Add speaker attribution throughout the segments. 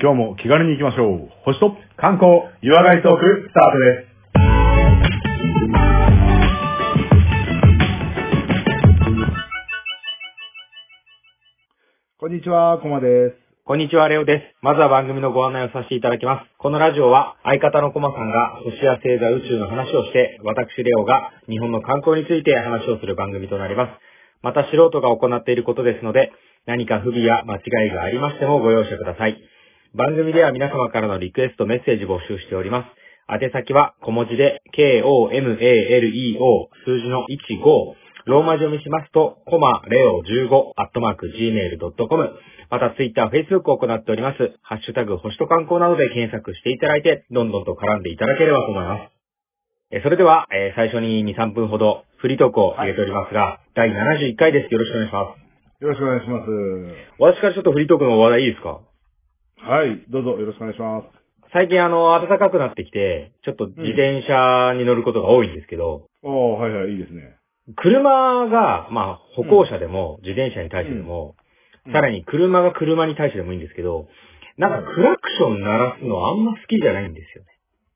Speaker 1: 今日も気軽に行きましょう。星と
Speaker 2: 観光、岩貝トーク、スタートです。こんにちは、コマです。
Speaker 3: こんにちは、レオです。まずは番組のご案内をさせていただきます。このラジオは、相方のコマさんが、星や星座宇宙の話をして、私、レオが、日本の観光について話をする番組となります。また、素人が行っていることですので、何か不備や間違いがありましてもご容赦ください。番組では皆様からのリクエスト、メッセージ募集しております。宛先は、小文字で、k-o-m-a-l-e-o、数字の15、ローマ字読みしますと、コマ、レオ15、アットマーク、gmail.com。また、ツイッター、フェイスブックを行っております。ハッシュタグ、星と観光などで検索していただいて、どんどんと絡んでいただければと思います。えーそれでは、えー最初に2、3分ほど、フリートークを入れておりますが、第71回です。よろしくお願いします。
Speaker 2: よろしくお願いしま
Speaker 3: 私からちょっとフリートークの話題いいですか
Speaker 2: す。はい、どうぞよろしくお願いします。
Speaker 3: 最近あの、暖かくなってきて、ちょっと自転車に乗ることが多いんですけど、
Speaker 2: おー、はいはい、いいですね。
Speaker 3: 車が、まあ、歩行者でも、自転車に対してでも、
Speaker 2: うん
Speaker 3: さらに車が車に対してでもいいんですけど、なんかクラクション鳴らすのあんま好きじゃないんですよね。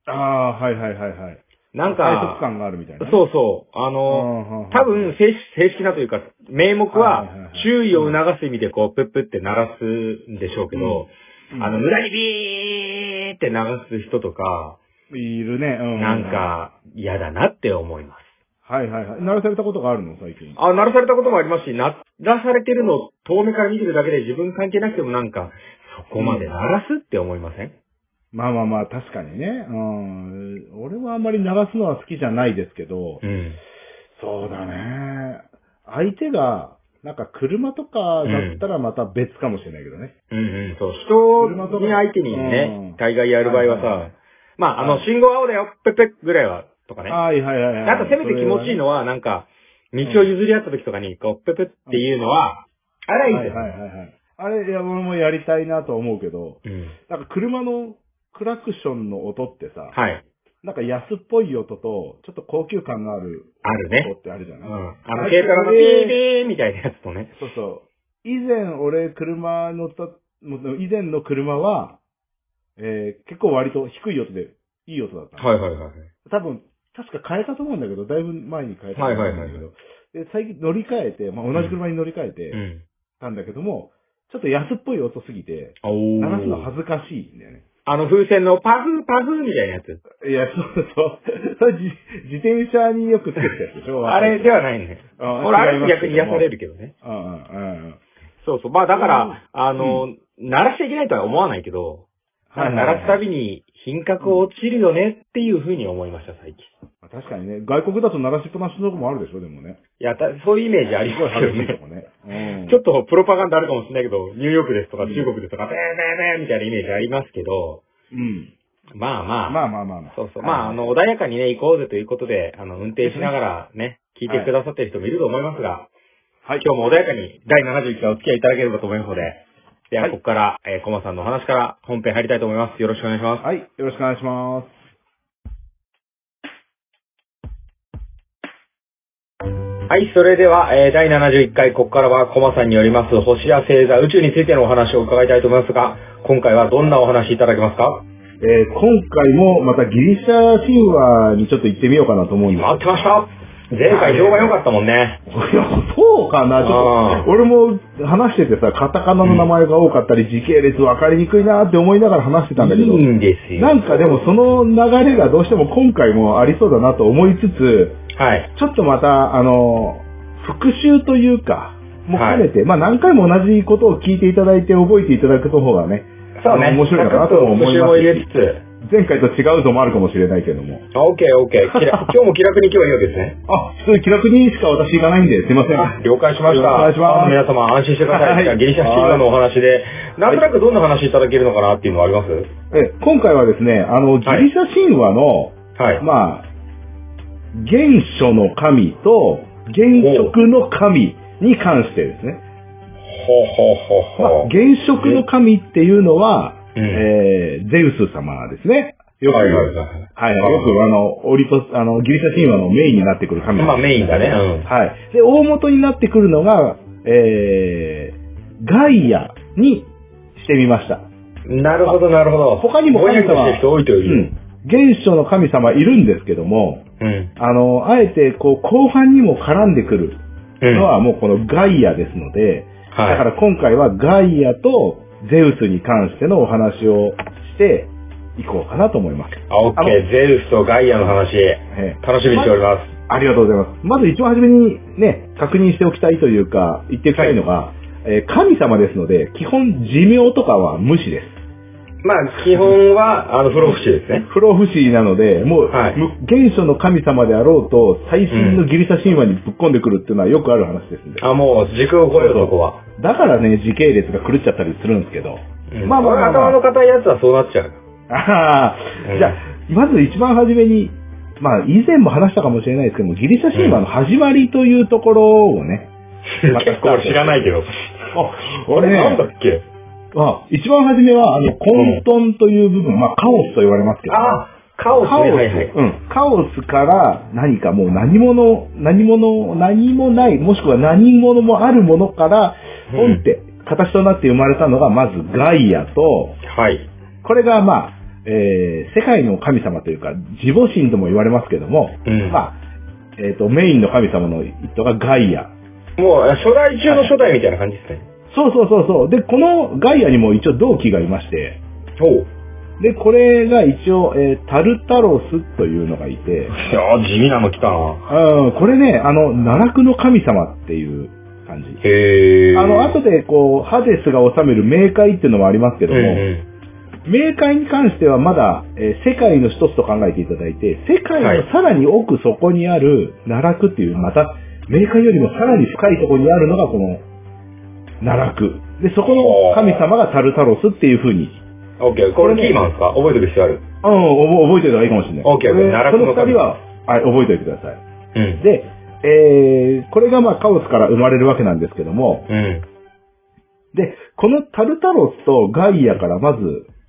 Speaker 2: あー、はいはいはいはい。
Speaker 3: なん
Speaker 2: 背徳
Speaker 3: か、
Speaker 2: 感があるみたいな。う。
Speaker 3: そうそう、あの、多分正式、正式なというか、名目
Speaker 2: はいはいは、
Speaker 3: はい注意を促す意味でこう、プップって鳴らすんでしょうけど、
Speaker 2: うん
Speaker 3: あの、無駄にビーって流す人とか、
Speaker 2: いるね、うん。
Speaker 3: なん。か、嫌だなって思います。
Speaker 2: はいはいはい。鳴らされたことがあるの、最近。
Speaker 3: あ、鳴らされたこともありますし、鳴らされてるのを遠目から見てるだけで自分関係なくてもなんか、そこまで鳴らすって思いません、
Speaker 2: まあまあまあ、確かにね。うん。俺はあんまり流すのは好きじゃないですけど、
Speaker 3: うん、
Speaker 2: そうだね。相手が、なんか車とかだったらまた別かもしれないけどね。
Speaker 3: うんうん、そう。人に相手に
Speaker 2: うん
Speaker 3: ね、大概やる場合はさ、
Speaker 2: はいはい
Speaker 3: まあ、あの、信号青だよ、ペッペッぐらいは、とかね。あ
Speaker 2: はいはいはいはい。
Speaker 3: とせめて気持ちいいのは、なんか、道を譲り合った時とかに、こう、ペッペッっていうのは、あ
Speaker 2: そ
Speaker 3: れ
Speaker 2: れ
Speaker 3: は
Speaker 2: はい
Speaker 3: い
Speaker 2: い
Speaker 3: ですよ
Speaker 2: はいはいはい。あれ、いや、俺もやりたいなと思うけど、
Speaker 3: うん。
Speaker 2: なんか車のクラクションの音ってさ、
Speaker 3: はい。
Speaker 2: なんか安っぽい音と、ちょっと高級感がある
Speaker 3: あるね。
Speaker 2: 音ってあるじゃ
Speaker 3: う。
Speaker 2: なんい、
Speaker 3: あの、軽トラのピーピーみたいなやつとね。
Speaker 2: そうそう。以前俺車乗った、もう以前の車は、えー結構割と低い音で、いい音だったの。
Speaker 3: はいはいはい。
Speaker 2: 多分、確か変えたと思うんだけど、だいぶ前に変えたと
Speaker 3: は
Speaker 2: 思う
Speaker 3: い
Speaker 2: んだ
Speaker 3: はい
Speaker 2: けど、
Speaker 3: はいはい
Speaker 2: で、最近乗り換えて、まあ、同じ車に乗り換え
Speaker 3: う
Speaker 2: て
Speaker 3: ん。
Speaker 2: たんだけども、ちょっと安っぽい音すぎて、
Speaker 3: おー
Speaker 2: 鳴らすの恥ずかしいんだよね。
Speaker 3: あの風船のパフーパフーみたいなやつ。
Speaker 2: いや、そうそう。 それ自自転車によくつけてるやつでしょ
Speaker 3: あれではないね。
Speaker 2: あ
Speaker 3: 俺、あれ逆に癒され
Speaker 2: る。
Speaker 3: るけどね。
Speaker 2: うんうんうんうん。
Speaker 3: そうそう。まあだか
Speaker 2: う
Speaker 3: ら、あの、鳴らしちゃいけないとは思わないけど、
Speaker 2: はいはいはい
Speaker 3: 鳴らすたびに品格落ちるよねっていうふうに思いました、最近。
Speaker 2: 確かにね、外国だと鳴らしっぱなしのとこもあるでしょ、でもね。
Speaker 3: いや、たそういうイメージあり
Speaker 2: すごい
Speaker 3: ますよ
Speaker 2: 激しいと
Speaker 3: ね。
Speaker 2: こね。うん。
Speaker 3: ちょっとプロパガンダあるかもしれないけど、ニューヨークですとか中国ですとか、ベーベーベーみたいなイメージありますけど、
Speaker 2: うん。
Speaker 3: まあまあ、
Speaker 2: まあまあまあまあ。
Speaker 3: そうそう。
Speaker 2: はいはい
Speaker 3: まあ、あの、穏やかにね、行こうぜということで、あの、運転しながらね、聞いてくださってる人もいると思いますが、
Speaker 2: はい。
Speaker 3: 今日も穏やかに第71回お付き合いいただければと思いますので、では、ここから、えー、コマさんのお話から本編入りたいと思います。よろしくお願いします。
Speaker 2: はい、よろしくお願いします。
Speaker 3: はい、それでは、えー、第71回、ここからはコマさんによります、星や星座、宇宙についてのお話を伺いたいと思いますが、今回はどんなお話いただけますか
Speaker 2: えー今回もまたギリシャ神話にちょっと行ってみようかなと思うんです
Speaker 3: 待ってました前回評判良かったもんね。
Speaker 2: いや、そうかな、ちょっ
Speaker 3: あ
Speaker 2: と。俺も話しててさ、カタカナの名前が多かったり、時系列分かりにくいなって思いながら話してたんだけど
Speaker 3: いい、んですよ。
Speaker 2: なんかでもその流れがどうしても今回もありそうだなと思いつつ、
Speaker 3: はい。
Speaker 2: ちょっとまた、あの、復習というか、もう兼ねて、まあ何回も同じことを聞いていただいて覚えていただく方がね、
Speaker 3: そうね。
Speaker 2: 面白いかなと思います
Speaker 3: 復習も入れつつ。
Speaker 2: 前回と違うのもあるかもしれないけども。
Speaker 3: あオッケーオッケー。き ら今日も気楽に行けばいいわけですね。
Speaker 2: あ、普通気楽にしか私行かないんで、すいません。
Speaker 3: 了解しました。
Speaker 2: お願いします
Speaker 3: あの皆様安心してくださ
Speaker 2: はい
Speaker 3: い。じゃあギリシャ神話のお話で、なんとなくどんな話いただけるのかなっていうのはあります
Speaker 2: え今回はですね、あの、ギリシャ神話の、
Speaker 3: はい。
Speaker 2: まあ、原初の神と原色の神に関してですね。
Speaker 3: ほうほうほ
Speaker 2: まあ
Speaker 3: うほう。
Speaker 2: 原色の神っていうのは、
Speaker 3: うん
Speaker 2: えーゼウス様ですね。よく、
Speaker 3: は
Speaker 2: はいい、
Speaker 3: はいはい。
Speaker 2: よくあの、オリポス、あの、ギリシャ神話のメインになってくる神
Speaker 3: まあメインだね。う
Speaker 2: はい。で、大元になってくるのが、えー、ガイアにしてみました。
Speaker 3: ん。
Speaker 1: ですね。
Speaker 3: なるほど、なるほど。
Speaker 2: 他にも
Speaker 3: 神
Speaker 2: 神様
Speaker 3: 様。してる人多いと
Speaker 2: う。。
Speaker 3: いうん
Speaker 2: 現象の神様いるんですけども、
Speaker 3: うん。
Speaker 2: あの、あえて、こう、後半にも絡んでくる
Speaker 3: うん。
Speaker 2: の
Speaker 3: は
Speaker 2: はもうこのガイアですので、だか
Speaker 3: い。
Speaker 2: ら今回はガイアとゼウスに関してのお話をしていこうかなと思います。
Speaker 3: あ、オッケ
Speaker 2: あの
Speaker 3: ー。ゼウスとガイアの話、
Speaker 2: ええ
Speaker 3: 楽しみにしております。
Speaker 2: ありがとうございます。まず一番初めにね、確認しておきたいというか、言っておきたいのが、えー神様ですので、基本寿命とかは無視です。
Speaker 3: まあ、基本は、あの、不老不死ですね。
Speaker 2: 不老不死なので、もう、
Speaker 3: はい
Speaker 2: む原初の神様であろうと、最新のギリシャ神話にぶっ込んでくるっていうのはよくある話ですんで。
Speaker 3: あ、もう、時空を超えるそこは。
Speaker 2: だからね、時系列が狂っちゃったりするんですけど。
Speaker 3: うん
Speaker 2: まあまあまあまあ
Speaker 3: 頭の硬いやつはそうなっちゃう。
Speaker 2: ああ、
Speaker 3: うん
Speaker 2: じゃあ、まず一番初めに、まあ以前も話したかもしれないですけども、ギリシャ神話の始まりというところをね、また
Speaker 3: 結構俺知らないけど。
Speaker 2: あ
Speaker 3: 俺なんだ
Speaker 2: ね、
Speaker 3: っけ
Speaker 2: まあ、一番初めは、あの、混沌という部分、まあカオスと言われますけど、
Speaker 3: あ、カオスね。
Speaker 2: カオス、
Speaker 3: はいはい。
Speaker 2: うん。カオスから何かもう何者、何者、何もない、もしくは何者もあるものから、
Speaker 3: うん
Speaker 2: ポンって形となって生まれたのが、まずガイアと、
Speaker 3: はい。
Speaker 2: これがまあ、えー、世界の神様というか、自母神とも言われますけども、
Speaker 3: うん
Speaker 2: まあ、えっ、と、メインの神様の一頭がガイア。
Speaker 3: もう、初代中の初代みたいな感じですね。
Speaker 2: そうそうそうそう。で、このガイアにも一応同期がいまして、
Speaker 3: ほう。
Speaker 2: で、これが一応、えータルタロスというのがいて、
Speaker 3: いやー地味なの来たな。
Speaker 2: うん、これね、あの、奈落の神様っていう感じ。
Speaker 3: へー。
Speaker 2: あの、後で、こう、ハデスが治める冥界っていうのもありますけ
Speaker 3: うん
Speaker 2: ども、
Speaker 3: うん
Speaker 2: 冥界に関してはまだ、えー世界の一つと考えていただいて、世界
Speaker 3: はい
Speaker 2: のさらに奥底にある奈落っていう、また、冥界よりもさらに深いところにあるのがこの奈落。で、そこの神様がタルタロスっていう風に、
Speaker 3: オッケー、これキーマンですか覚えてる必要ある
Speaker 2: うん、おぼ覚えておいた方がいいかもしれない。
Speaker 3: オッケーオッケー
Speaker 2: これ
Speaker 3: 奈落の神
Speaker 2: その二人は、はい、覚えておいてください。
Speaker 3: うん。
Speaker 2: で、えー、これがまあカオスから生まれるわけなんですけども、
Speaker 3: うん。
Speaker 2: で、このタルタロスとガイアからまず、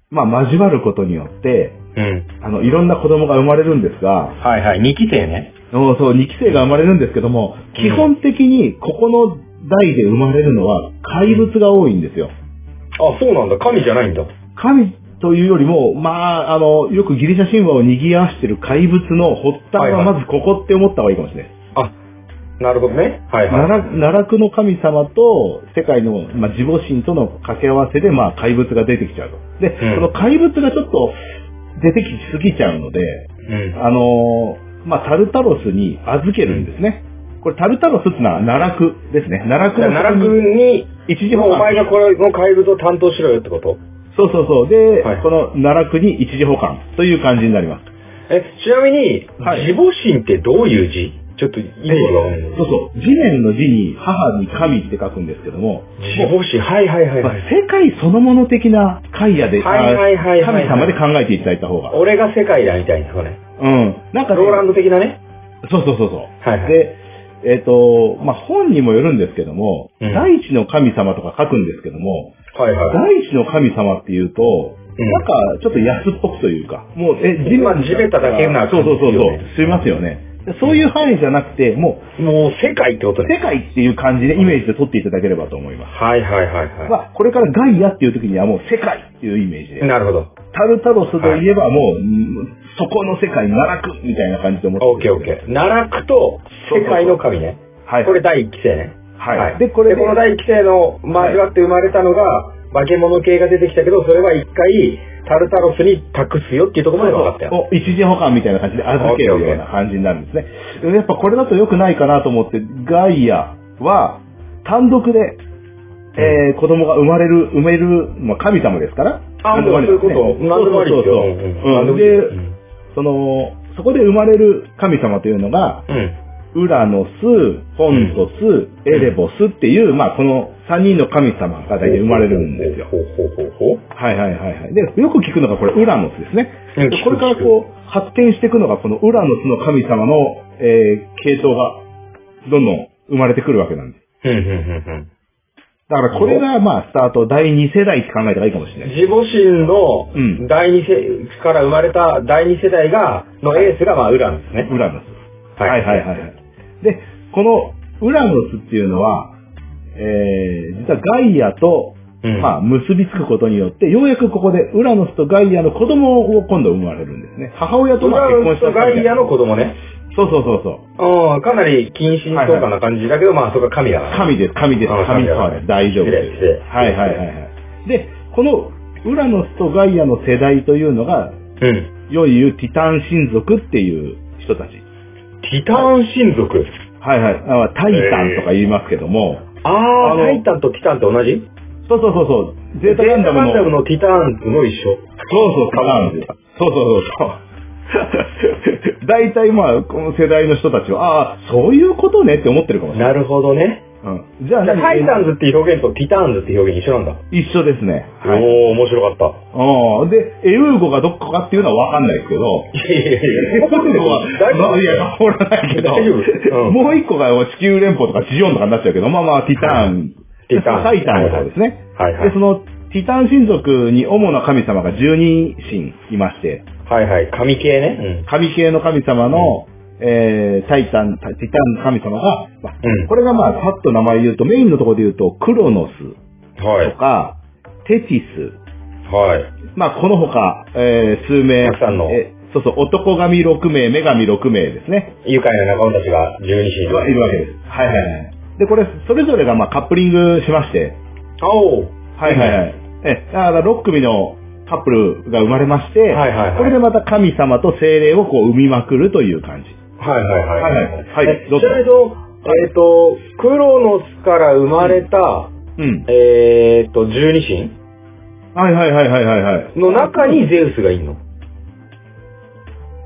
Speaker 2: まあ交わることによって、
Speaker 3: うん。
Speaker 2: あの、いろんな子供が生まれるんですが、
Speaker 3: はいはい、2期生ね。
Speaker 2: そうそう、2期生が生まれるんですけども、
Speaker 3: うん
Speaker 2: 基本的にここの代で生まれるのは怪物が多いんですよ。
Speaker 3: あ、そうなんだ。神じゃないんだ。
Speaker 2: 神というよりも、まあ、あの、よくギリシャ神話を賑わしてる怪物の発端
Speaker 3: はい
Speaker 2: は
Speaker 3: はい
Speaker 2: まずここって思った方がいいかもしれない。
Speaker 3: あ、なるほどね。はいはい。
Speaker 2: 奈落奈落の神様と世界の、まあ、自母神との掛け合わせで、まあ、怪物が出てきちゃうと。で、
Speaker 3: うん
Speaker 2: その怪物がちょっと出てきすぎちゃうので、
Speaker 3: うん。
Speaker 2: あのーまあ、タルタロスに預けるんですね。これタルタロスってのは奈落ですね。奈落の
Speaker 3: 奈落に、
Speaker 2: 一時
Speaker 3: 今
Speaker 2: 保
Speaker 3: お前
Speaker 2: 管。
Speaker 3: がこれの怪物を担当しろよってこと
Speaker 2: そうそうそう。で、
Speaker 3: はい
Speaker 2: この奈落に一時保管という感じになります。
Speaker 3: え、ちなみに、
Speaker 2: はい
Speaker 3: 自母神ってどういう字ちょっと意味がわかんない
Speaker 2: そうそう。地面の地に母に神って書くんですけども、
Speaker 3: 自母神、はいはいはい
Speaker 2: ま
Speaker 3: は
Speaker 2: あ
Speaker 3: い。
Speaker 2: 世界そのもの的な海野で、
Speaker 3: はいはいはいはいはい
Speaker 2: 神様で考えていただいた方が。
Speaker 3: 俺が世界だみたいな、それ。
Speaker 2: うん。なんかね、
Speaker 3: ローランド的なね。
Speaker 2: そうそうそうそう。
Speaker 3: はいはい。
Speaker 2: で、えっ、と、まあ、本にもよるんですけども、
Speaker 3: うん
Speaker 2: 大地の神様とか書くんですけども、
Speaker 3: はいはい。
Speaker 2: 大地の神様っていうと、
Speaker 3: うん
Speaker 2: なんかちょっと安っぽくというか、もう、え、
Speaker 3: まあ地べただけな
Speaker 2: そうそうそうそ
Speaker 3: 感じですよね
Speaker 2: う、すいますよね。でそういう範囲じゃなくて、も
Speaker 3: もう世界ってこ
Speaker 2: う、
Speaker 3: と
Speaker 2: 世
Speaker 3: ね。
Speaker 2: 界っていう感じでイメージで撮っていただければと思います。
Speaker 3: はいはいはいは
Speaker 2: まあ、これからガイアっていう時にはもう世界っていうイメージ
Speaker 3: い。
Speaker 2: で。
Speaker 3: なるほど。
Speaker 2: タルタロスといえばもう、うんそこの世界、奈落みたいな感じで思って
Speaker 3: オッケーオッケー。奈落と世界の神ね。
Speaker 2: ー。はい。
Speaker 3: これ第一期生ね。
Speaker 2: はいでこれで
Speaker 3: この第一期生の交わって生まれたのが、化け物系が出てきたけど、それは一回、タルタロスに託すよっていうところまで分かったよ。
Speaker 2: お一時保管みたいな感じで預けるような感じになるんですね。でやっぱこれだと良くないかなと思って、ガイアは単独で、えー、子供が生まれる、産める、まあ、神様ですから。
Speaker 3: あ、もうそういうこと。
Speaker 2: な
Speaker 3: 何でもありですよ。
Speaker 2: そうそうそう。
Speaker 3: う
Speaker 2: うんん、
Speaker 3: で
Speaker 2: で
Speaker 3: もいい、
Speaker 2: その、そこで生まれる神様というのが、
Speaker 3: うん。
Speaker 2: ウラノス、ホントス、エレボスっていう、まあ、この3人の神様が大体生まれるんですよ。
Speaker 3: ほうほうほうほう。
Speaker 2: はいはいはいはい。で、よく聞くのがこれ、ウラノスですね。
Speaker 3: うん
Speaker 2: で
Speaker 3: 聞く
Speaker 2: これからこう、発展していくのが、このウラノスの神様の、えー、系統が、どんどん生まれてくるわけなんです。
Speaker 3: うんうんうん
Speaker 2: だからこれが、まあ、スタート、第2世代って考えたらいいかもし
Speaker 3: う
Speaker 2: れ
Speaker 3: ん。
Speaker 2: ない。
Speaker 3: 自母神の
Speaker 2: うん
Speaker 3: 第二世から生まれた第二世代が、のエースが、まあ、ウランですね。
Speaker 2: ウラノス。はいはいはい
Speaker 3: い。
Speaker 2: はい。で、この、ウラノスっていうのは、えー、実はガイアと
Speaker 3: うん。
Speaker 2: まあ、結びつくことによって、ようやくここで、ウラノスとガイアの子供を今度生まれるんですね。母親と
Speaker 3: ウ
Speaker 2: まあ
Speaker 3: ラ
Speaker 2: 結
Speaker 3: ウ
Speaker 2: 婚
Speaker 3: ス
Speaker 2: した
Speaker 3: と
Speaker 2: みた
Speaker 3: ガ
Speaker 2: いな
Speaker 3: イアの子供ね。
Speaker 2: そうそうそうそう。
Speaker 3: うん、かなり近親相関な感じだけど、まあ、そこは神だから。
Speaker 2: 神です、神です
Speaker 3: あ、
Speaker 2: 神
Speaker 3: だ
Speaker 2: 様です。大丈夫
Speaker 3: 失礼、
Speaker 2: で
Speaker 3: 失礼。
Speaker 2: す。はいはいはいはい。で、この、ウラノスとガイアの世代というのが、
Speaker 3: うん。
Speaker 2: 世に言うティタン神族っていう人たち。
Speaker 3: ティターン神族。
Speaker 2: はいはい。あタイタンとか言いますけども、
Speaker 3: あ
Speaker 2: あ
Speaker 3: ー、
Speaker 2: の
Speaker 3: タイタンとティタンって同じ
Speaker 2: そうそうそうそう、ゼータガンダムの、
Speaker 3: ゼータガンダムのティターンズも一緒。
Speaker 2: そうそう、カバンそうそうそうそう。大体まあ、この世代の人たちは、ああ、そういうことねって思ってるかもしれない。
Speaker 3: なるほどね。
Speaker 2: うん、じゃあ
Speaker 3: じゃあ
Speaker 2: 何、
Speaker 3: タイタンズっていう表現とティターンズっていう表現一緒なんだ。
Speaker 2: 一緒ですね。はい。
Speaker 3: おー、面白か
Speaker 2: う
Speaker 3: っ
Speaker 2: んで、エウーゴがどこかっていうのはわかんないですけど、
Speaker 3: た。いやいやいや
Speaker 2: 僕は、
Speaker 3: 大丈夫
Speaker 2: いや、ほらないけど、
Speaker 3: 大丈夫うん
Speaker 2: もう一個が地球連邦とか地上とかになっちゃうけど、まあまあ、ティターン、
Speaker 3: ティターン
Speaker 2: タイタンの方ですね。
Speaker 3: はいはい
Speaker 2: で、その、ティターン神族に主な神様が十二神いまして、
Speaker 3: はいはい、神系ね。
Speaker 2: 神系の神様の、えー、タイタン、タティタンの神様が、まあ
Speaker 3: うん
Speaker 2: これがまあ、パッと名前言うと、メインのところで言うと、クロノス
Speaker 3: うん。は
Speaker 2: と
Speaker 3: い。
Speaker 2: か、テティス、
Speaker 3: はい。
Speaker 2: まあ、この他、えー、数名。
Speaker 3: たくさんの
Speaker 2: えそうそう、男神6名、女神6名ですね。
Speaker 3: 愉快な仲間たちが十二神
Speaker 2: いるわけです。はいはいはい。で、これ、それぞれがまあカップリングしまして。
Speaker 3: おー。
Speaker 2: はいはいはい。え、だから6組のカップルが生まれまして、
Speaker 3: はいはいはい
Speaker 2: これでまた神様と精霊をこう生みまくるという感じ。
Speaker 3: はいはいはい。
Speaker 2: はいはい
Speaker 3: え
Speaker 2: どう
Speaker 3: ち
Speaker 2: ぞ
Speaker 3: なみにその、えっ、と、クロノスから生まれた、
Speaker 2: うん。
Speaker 3: えっ、と、十二神
Speaker 2: はいはいはいはいはいはい。
Speaker 3: の中にゼウスがいるの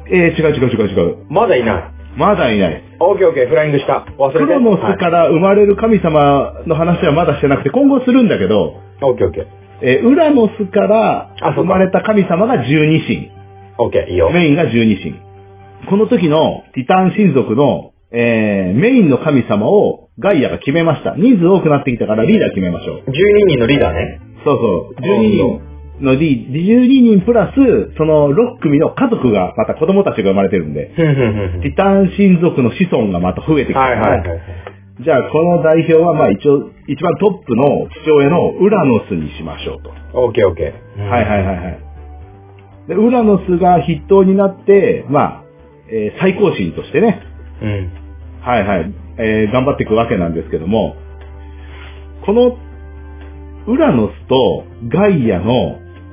Speaker 2: えー、違う違う違う違う。
Speaker 3: まだいない。
Speaker 2: まだいない。
Speaker 3: オッケーオッケー、フライングした。忘れて。
Speaker 2: クロノス
Speaker 3: はい
Speaker 2: から生まれる神様の話はまだしてなくて、今後するんだけど、
Speaker 3: オッケーオッケー。
Speaker 2: えーウラノスから
Speaker 3: あそうか
Speaker 2: 生まれた神様が十二神。
Speaker 3: オッケー、いいよ。
Speaker 2: メインが十二神。この時のティターン神族の、えー、メインの神様をガイアが決めました。人数多くなってきたからリーダー決めましょう。
Speaker 3: 12人のリーダーね。
Speaker 2: そうそう。12人のリ12人プラス、その6組の家族が、また子供たちが生まれてるんで、
Speaker 3: ふんふんふん
Speaker 2: ティターン神族の子孫がまた増えてき
Speaker 3: ふん。
Speaker 2: た。
Speaker 3: はいはいはい。
Speaker 2: じゃあ、この代表は、まあ一応、一番トップの父親のウラノスにしましょうと。
Speaker 3: オッケーオッケー。
Speaker 2: はいはい
Speaker 3: い。
Speaker 2: はいはい。で、ウラノスが筆頭になって、まあ、えー最高神としてね、
Speaker 3: うん。
Speaker 2: はいはい、えー頑張っていくわけなんですけども、この、ウラノスとガイアの、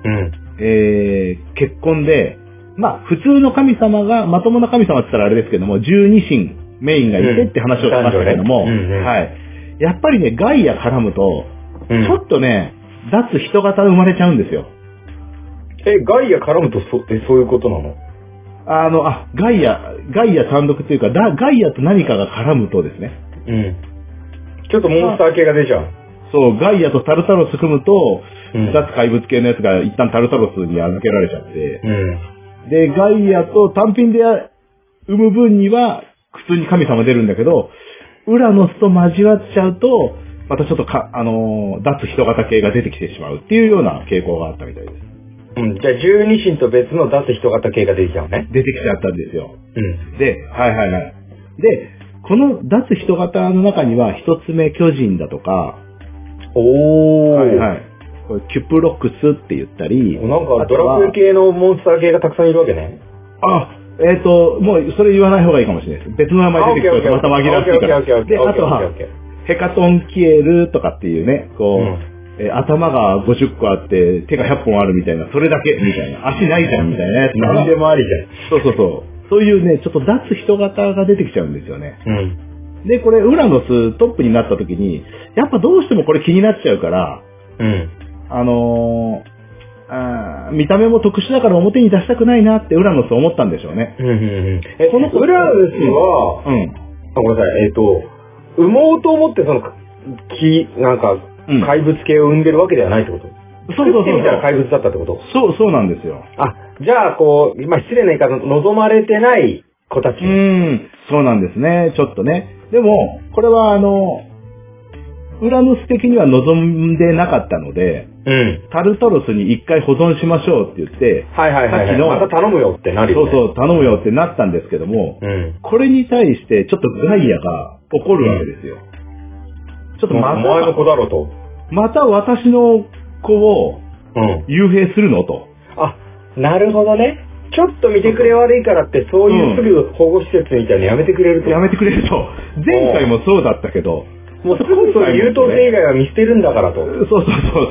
Speaker 3: うん。
Speaker 2: えー結婚で、まあ、普通の神様が、まともな神様って言ったらあれですけども、十二神メインがいてって話をしましたけども、
Speaker 3: うんうんうん
Speaker 2: はい。やっぱりね、ガイア絡むと、
Speaker 3: うん
Speaker 2: ちょっとね、脱人型生まれちゃうんですよ。
Speaker 3: え、ガイア絡むとそ、え、そういうことなの
Speaker 2: あの、あ、ガイア、ガイア単独というか、だガイアと何かが絡むとですね。
Speaker 3: うん。ちょっとモンスター系が出ちゃう。
Speaker 2: そう、ガイアとタルタロス組むと、
Speaker 3: うん
Speaker 2: 脱怪物系のやつが一旦タルタロスに預けられちゃって、
Speaker 3: うん。
Speaker 2: で、ガイアと単品で生む分には、普通に神様出るんだけど、ウラノスと交わっちゃうと、またちょっとか、あのー脱人型系が出てきてしまうっていうような傾向があったみたいです。
Speaker 3: うん。じゃあ、十二神と別の出す人型系が出てきちゃうね。
Speaker 2: 出てきちゃったんですよ。
Speaker 3: うん。
Speaker 2: で、はいはいはい。で、この脱人型の中には、一つ目巨人だとか、
Speaker 3: おー。
Speaker 2: はいはい。これキュプロックスって言ったり、
Speaker 3: なんか、
Speaker 2: あと
Speaker 3: ド
Speaker 2: は
Speaker 3: ラクエ系のモンスター系がたくさんいるわけね。
Speaker 2: あ、えっ、と、もうそれ言わない方がいいかもしれないです。別の名前出てきて
Speaker 3: あ
Speaker 2: また紛らわしいか
Speaker 3: オッケーオ
Speaker 2: ら。
Speaker 3: ッケ
Speaker 2: で、
Speaker 3: ーオッ
Speaker 2: あ
Speaker 3: ケ
Speaker 2: と
Speaker 3: ーオッ
Speaker 2: は
Speaker 3: ケーオッケーオッケーオッケー、
Speaker 2: ヘカトンキエルとかっていうね、こう、
Speaker 3: うん
Speaker 2: えー頭が50個あって、手が100本あるみたいな、それだけみたいな、足ないじゃんみたいなやつ
Speaker 3: 何でもありじ
Speaker 2: そうそうそう。そういうね、ちょっと脱人型が出てきちゃうんですよね。
Speaker 3: ゃん。うん。
Speaker 2: で、これ、ウラノストップになった時に、やっぱどうしてもこれ気になっちゃうから、
Speaker 3: うん。
Speaker 2: あのーあー見た目も特殊だから表に出したくないなってウラノス思ったんでしょうね。
Speaker 3: うんうんうん。え、こ
Speaker 2: こ
Speaker 3: の
Speaker 2: の子
Speaker 3: ウラウスは、
Speaker 2: うん。
Speaker 3: あごめんなさい、えっ、と、羽毛と思ってその、木、なんか
Speaker 2: うん、
Speaker 3: 怪物系を生んでるわけではないってこと、
Speaker 2: そうそうそうそう
Speaker 3: 作ってみたら怪物だったってこと
Speaker 2: そう、そうなんですよ。
Speaker 3: あ、じゃあ、こう、まあ、失礼な言い方、望まれてない子たち。
Speaker 2: うーん、そうなんですね。ちょっとね。でも、これはあの、ウラヌス的には望んでなかったので、
Speaker 3: うん。
Speaker 2: タルトロスに一回保存しましょうって言って、
Speaker 3: はいはいはい、
Speaker 2: さ
Speaker 3: は
Speaker 2: っ
Speaker 3: い。
Speaker 2: きの
Speaker 3: また頼むよってなる
Speaker 2: そ
Speaker 3: よ、
Speaker 2: う
Speaker 3: ね。
Speaker 2: そう、頼むよってなったんですけども、
Speaker 3: うん。
Speaker 2: これに対してちょっとガイアが怒るわけですよ。ちょっと
Speaker 3: お前
Speaker 2: ま
Speaker 3: の子だろと。
Speaker 2: た、また私の子を
Speaker 3: うん。
Speaker 2: 幽閉するのと。
Speaker 3: あ、なるほどね。ちょっと見てくれ悪いからって、そういうすぐ保護施設みたいなのやめてくれると。
Speaker 2: やめてくれると。前回もそうだったけど、
Speaker 3: もうすぐそういう優等生以外は見捨てるんだからと。
Speaker 2: そうそうそう、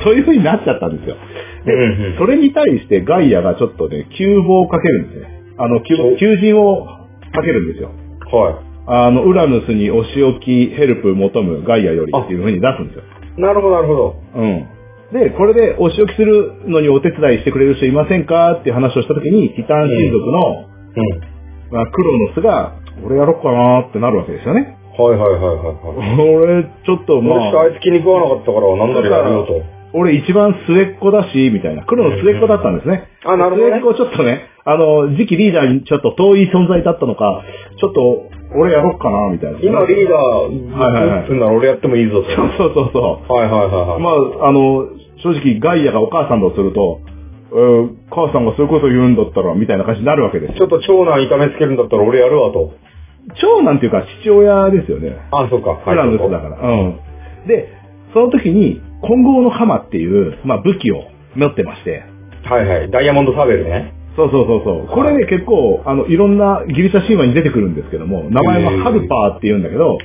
Speaker 2: そういう風になっちゃったんですよ。で、
Speaker 3: うんうん
Speaker 2: それに対してガイアがちょっとね、急防をかけるんですね。あの、急
Speaker 3: お
Speaker 2: 求人をかけるんですよ。
Speaker 3: は
Speaker 2: あの、ウラヌスにお仕置きヘルプ求むガイアよりっていう風に出すんですよ。
Speaker 3: い。なるほど、なるほど。
Speaker 2: うん。で、これでお仕置きするのにお手伝いしてくれる人いませんかっていう話をした時に、ティタン親族の、
Speaker 3: うん。
Speaker 2: まあ、クロノスが、俺やろっかなーってなるわけですよね。
Speaker 3: はいはいはいはいはい。
Speaker 2: 俺、ちょっとま
Speaker 3: 俺しか
Speaker 2: あ
Speaker 3: あ、いつ気に食わなかったから、なんだりやるよと。
Speaker 2: 俺一番末っ子だし、みたいな。黒の末っ子だったんですね。
Speaker 3: あ、なるほど
Speaker 2: 末
Speaker 3: ね
Speaker 2: っ。子ちょっとね、あの、次期リーダーにちょっと遠い存在だったのか、ちょっと、俺やろっかな、みたいな。
Speaker 3: 今リーダー、
Speaker 2: はいはいはい
Speaker 3: すんなら俺やってもいいぞ
Speaker 2: そ
Speaker 3: と。
Speaker 2: うそうそうそ。
Speaker 3: はいはいはいうはい。
Speaker 2: まあ、あの、正直ガイアがお母さんだとすると、えー母さんがそういうこと言うんだったら、みたいな感じになるわけです
Speaker 3: ちょっと長男痛めつけるんだったら俺やるわと。
Speaker 2: 長男っていうか父親ですよね。
Speaker 3: あ、そうか。
Speaker 2: フランスだから。うん。で、その時に、混合の鎌っていう、まあ武器を持ってまして、
Speaker 3: はいはい。ダイヤモンドサーベルね。
Speaker 2: そうそうそうそう。これね、結構、あの、いろんなギリシャ神話に出てくるんですけども、名前はハルパーって言うんだけど、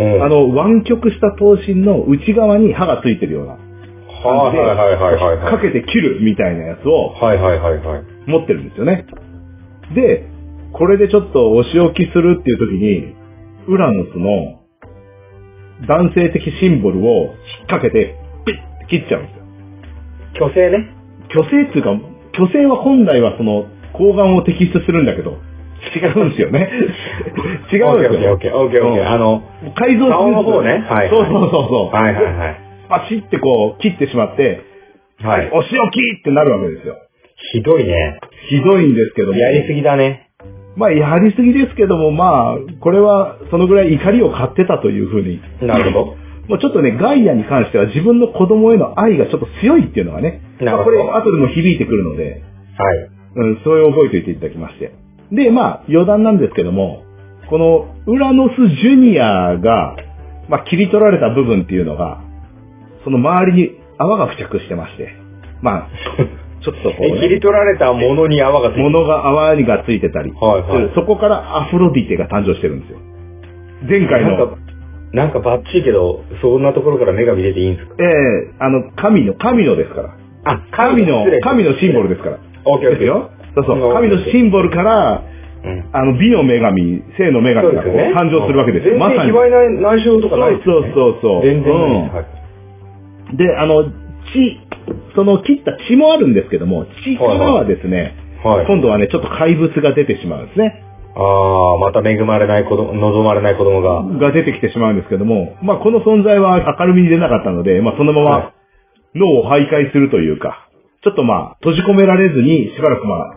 Speaker 3: うん
Speaker 2: あの、湾曲した刀身の内側に刃がついてるような
Speaker 3: はいはいはいはいはいはい。
Speaker 2: かけて切るみたいなやつを
Speaker 3: はいはいはいはい。
Speaker 2: 持ってるんですよね。で、これでちょっとお仕置きするっていう時に、ウラヌスの男性的シンボルを引っ掛けて、ピッて切っちゃうんですよ。
Speaker 3: 虚勢ね。
Speaker 2: 虚勢っていうか、虚勢は本来はその、睾丸を摘出するんだけど、違うんですよ ね。違うんですよ。
Speaker 3: オッケーオッケーオッケーオッケー。あの、
Speaker 2: 改造
Speaker 3: 顔の方ねはいはい
Speaker 2: そうそうそうそう。
Speaker 3: はいはいはい。
Speaker 2: パシってこう、切ってしまって、
Speaker 3: はい。
Speaker 2: お仕置きってなるわけですよ。
Speaker 3: ひどいね。
Speaker 2: ひどいんですけども。
Speaker 3: やりすぎだね。
Speaker 2: まあ、やりすぎですけども、まあ、これは、そのぐらい怒りを買ってたというふうに。
Speaker 3: なるほど。
Speaker 2: もうちょっとね、ガイアに関しては自分の子供への愛がちょっと強いっていうのがね、
Speaker 3: なる
Speaker 2: まあ
Speaker 3: ほ
Speaker 2: こ
Speaker 3: ど
Speaker 2: れ後でも響いてくるので、
Speaker 3: はい。
Speaker 2: うん、それを覚えておいていただきまして。で、まあ、余談なんですけども、この、ウラノスジュニアが、まあ、切り取られた部分っていうのが、その周りに泡が付着してまして、まあ、 ちょっとこう、
Speaker 3: え切
Speaker 2: ね、
Speaker 3: り取られたものに泡がついてる。
Speaker 2: 物が泡にがついてたり、
Speaker 3: はいはい。
Speaker 2: そこからアフロディテが誕生してるんですよ。前回
Speaker 3: なん
Speaker 2: の
Speaker 3: か、、なんかバッチリけど、そんなところから目が見れていいんですか
Speaker 2: ええあの、神の、神のですから。
Speaker 3: あ、
Speaker 2: 神の
Speaker 3: 失礼、
Speaker 2: 神のシンボルですから。
Speaker 3: オッケーオッケ
Speaker 2: で
Speaker 3: ー
Speaker 2: すよ。そうそ
Speaker 3: うん
Speaker 2: う。神のシンボルから、
Speaker 3: うん。
Speaker 2: あの、美の女神、性の女
Speaker 3: そ
Speaker 2: 神
Speaker 3: うで
Speaker 2: が
Speaker 3: すよね。
Speaker 2: 誕生するわけですよ。
Speaker 3: 全
Speaker 2: まさ
Speaker 3: 然
Speaker 2: に
Speaker 3: 卑。猥な内緒
Speaker 2: そ
Speaker 3: とかないで
Speaker 2: う
Speaker 3: す
Speaker 2: そ
Speaker 3: よ
Speaker 2: う
Speaker 3: ね。
Speaker 2: そうそう。
Speaker 3: 全然ないです。
Speaker 2: う
Speaker 3: はい
Speaker 2: んで、あの、血、その切った血もあるんですけども、血からはですね、
Speaker 3: はい。
Speaker 2: 今度はね、ちょっと怪物が出てしまうんですね。
Speaker 3: ああ、また恵まれない子供、望まれない子供が。
Speaker 2: が出てきてしまうんですけども、まあこの存在は明るみに出なかったので、まあそのま
Speaker 3: は
Speaker 2: ま脳を徘徊するというか、ちょっとまあ閉じ込められずにしばらくまあ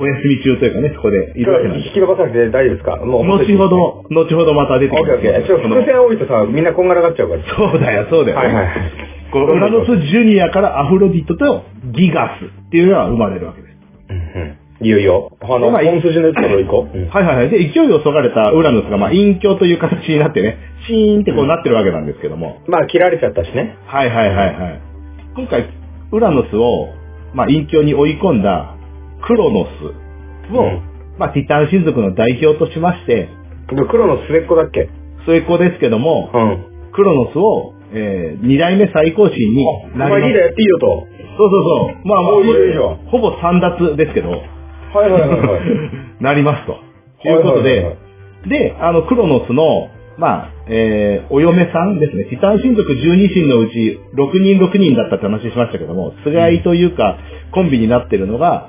Speaker 2: お休み中というかね、そこでいるわけなんで
Speaker 3: 引き伸ばさなくて大丈夫ですかも
Speaker 2: す。
Speaker 3: う。
Speaker 2: 後ほ。ど、後ほどまた出
Speaker 3: オ
Speaker 2: てき
Speaker 3: ッ
Speaker 2: ま
Speaker 3: ケーオッケー。
Speaker 2: す
Speaker 3: ちょっと伏線多いとさ、みんなこんがらがっちゃうから。
Speaker 2: そうだよ、そうだよ。
Speaker 3: はいはいはい。
Speaker 2: こうウラノスジュニアからアフロディットとギガスっていうのが生まれるわけです。
Speaker 3: うんうん。いよいよ。あの、
Speaker 2: 今
Speaker 3: 本筋のところ行こう。うん
Speaker 2: はいはいはい。で、勢いをそがれたウラノスが、まあ、陰境という形になってね、シーンってこうなってるわけなんですけども。
Speaker 3: まあ、切られちゃったしね。
Speaker 2: はいはいはいはい。今回、ウラノスを、まあ、陰境に追い込んだ、クロノスを、
Speaker 3: うん
Speaker 2: まあ、ティタン親族の代表としまして、
Speaker 3: で黒の末っ子だっけ
Speaker 2: 末っ子ですけども、
Speaker 3: うん。
Speaker 2: クロノスを、えー、二代目最高神に
Speaker 3: お
Speaker 2: な
Speaker 3: 前
Speaker 2: りま
Speaker 3: リーダーやっていいよと。
Speaker 2: そうそうそう。まあ、まあ
Speaker 3: おいいいよ
Speaker 2: ほぼ三奪ですけど、
Speaker 3: はいはいはい はい。
Speaker 2: なりますと。いうこと
Speaker 3: はいはいはいは
Speaker 2: で、で、あの、クロノスの、まあ、えー、お嫁さんですね。ティタン親族12神のうち6人6人だったって話しましたけども、つがいというか、コンビになってるのが、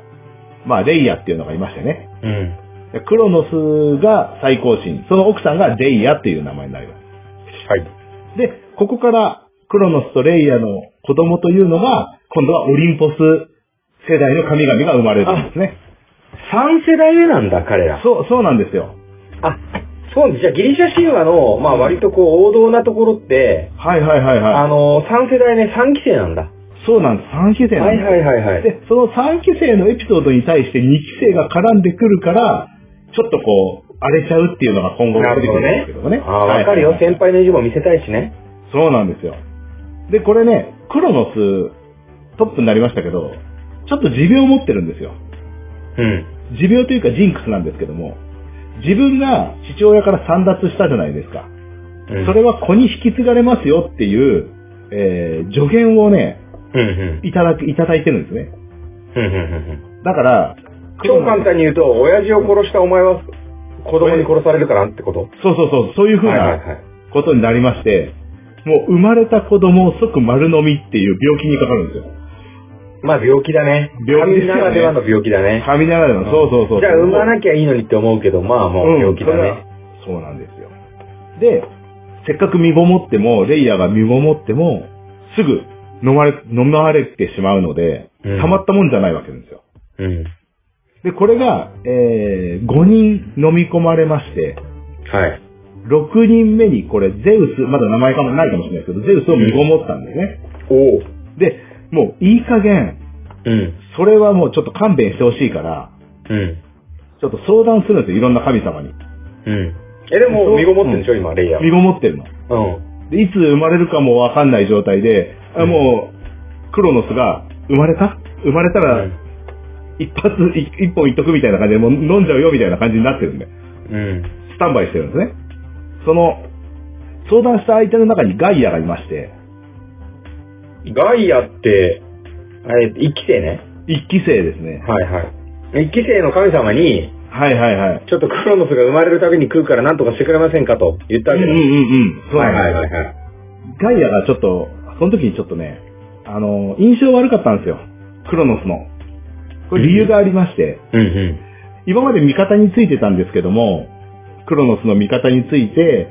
Speaker 2: まあ、レイヤっていうのがいましてね。
Speaker 3: うん。
Speaker 2: でクロノスが最高神、その奥さんがレイヤっていう名前になりま
Speaker 3: はい。
Speaker 2: す。で、ここから、クロノスとレイヤの子供というのが、今度はオリンポス世代の神々が生まれるんですね。
Speaker 3: 三世代目なんだ、彼ら。
Speaker 2: そう、そうなんですよ。
Speaker 3: あ、そうです。じゃあ、ギリシャ神話の、まあ、割とこう、王道なところって、
Speaker 2: はいはいはいはい。
Speaker 3: あの、三世代目三期生なんだ。
Speaker 2: そうなんです。3期生な
Speaker 3: は
Speaker 2: ん
Speaker 3: い
Speaker 2: です。
Speaker 3: はいはいはい。
Speaker 2: で、その3期生のエピソードに対して2期生が絡んでくるから、ちょっとこう、荒れちゃうっていうのが今後
Speaker 3: な
Speaker 2: 出
Speaker 3: る
Speaker 2: て
Speaker 3: ほ
Speaker 2: く
Speaker 3: ど
Speaker 2: るんですけ
Speaker 3: ね
Speaker 2: どもね。。
Speaker 3: あー
Speaker 2: はい
Speaker 3: わかるよ。先輩の意地も見せたいしね。
Speaker 2: そうなんですよ。で、これね、クロノス、トップになりましたけど、ちょっと持病を持ってるんですよ。
Speaker 3: うん。
Speaker 2: 持病というかジンクスなんですけども、自分が父親から散奪したじゃないですか。
Speaker 3: うん
Speaker 2: それは子に引き継がれますよっていう、えー、助言をね、
Speaker 3: うんうん。
Speaker 2: いただく、いただいてるんですね。
Speaker 3: うんうんうんうん。
Speaker 2: だから、
Speaker 3: 超簡単に言うと、親父を殺したお前は子供に殺されるからってこと
Speaker 2: そうそうそう、そういうふう
Speaker 3: はいはい
Speaker 2: な
Speaker 3: はい。
Speaker 2: ことになりまして、もう生まれた子供を即丸飲みっていう病気にかかるんですよ。
Speaker 3: まあ病気だね。
Speaker 2: 病気ですよね
Speaker 3: 神ならではの病気だね。
Speaker 2: 神ならではの、そうそうそう。
Speaker 3: じゃあ産まなきゃいいのにって思うけど、まあもう病気だね。
Speaker 2: うん。それはそうなんですよ。で、せっかく身ごもっても、レイヤーが身ごもっても、すぐ飲まれ、飲まれてしまうので、
Speaker 3: うん
Speaker 2: たまったもんじゃないわけですよ。
Speaker 3: うん。
Speaker 2: で、これが、えー、5人飲み込まれまして、
Speaker 3: はい。
Speaker 2: 6人目にこれ、ゼウス、まだ名前かもないかもしれないですけど、ゼウスを身ごもったんですね。
Speaker 3: おお。
Speaker 2: で、もういい加減、
Speaker 3: うん。
Speaker 2: それはもうちょっと勘弁してほしいから、
Speaker 3: うん。
Speaker 2: ちょっと相談するんですよ、いろんな神様に。
Speaker 3: うん。え、でも、身ごもってんでしょ、今、レイヤー
Speaker 2: 身。ごもってるの。
Speaker 3: うん。
Speaker 2: で、いつ生まれるかもわかんない状態で、あ
Speaker 3: うん
Speaker 2: もう、クロノスが、生まれた生まれたら、一発、い一本一得みたいな感じで、もう飲んじゃうよみたいな感じになってるんで、
Speaker 3: うん。
Speaker 2: スタンバイしてるんですね。その、相談した相手の中にガイアがいまして、
Speaker 3: ガイアって、あれ、一期生ね。
Speaker 2: 一期生ですね。
Speaker 3: はいはい。一期生の神様に、
Speaker 2: はいはいはい。
Speaker 3: ちょっとクロノスが生まれるたびに食うから何とかしてくれませんかと言った
Speaker 2: う
Speaker 3: わ
Speaker 2: ん
Speaker 3: け
Speaker 2: うんう
Speaker 3: だ。
Speaker 2: んうん。そう
Speaker 3: は
Speaker 2: ないんです
Speaker 3: はいはいはい。
Speaker 2: ガイアがちょっと、その時にちょっとね、あの、印象悪かったんですよ。クロノスの。これ理由がありまして、
Speaker 3: うんうん。
Speaker 2: 今まで味方についてたんですけども、クロノスの味方について、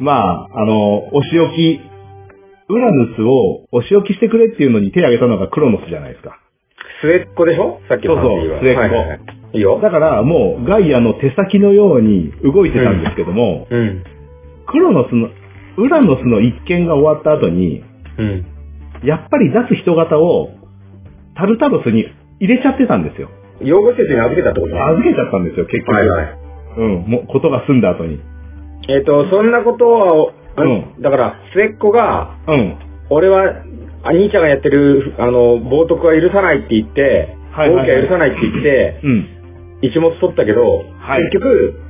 Speaker 2: まあ、あの、お仕置き、ウラヌスをお仕置きしてくれっていうのに手を挙げたのがクロノスじゃないですか。
Speaker 3: 末っ子でしょさっきの話は。
Speaker 2: そうそう末っ子
Speaker 3: はいはいはい。いいよ。
Speaker 2: だからもうガイアの手先のように動いてたんですけども、
Speaker 3: うん。
Speaker 2: クロノスの、ウラノスの一件が終わった後に、
Speaker 3: うん。
Speaker 2: やっぱり出す人型をタルタロスに入れちゃってたんですよ。
Speaker 3: 養護施設に預けたってこと
Speaker 2: 預けちゃったんですよ、結局。
Speaker 3: はいはい。
Speaker 2: うん、もうことが済んだ後に。
Speaker 3: えっ、と、そんなことは、あ
Speaker 2: う
Speaker 3: だから、末っ子が、
Speaker 2: うん。
Speaker 3: 俺は、あ兄ちゃんがやってる、あの、冒涜は許さないって言って、
Speaker 2: はいはいはい
Speaker 3: 暴挙は許さないって言って、
Speaker 2: うん。
Speaker 3: 一物取ったけど、
Speaker 2: はい
Speaker 3: 結局、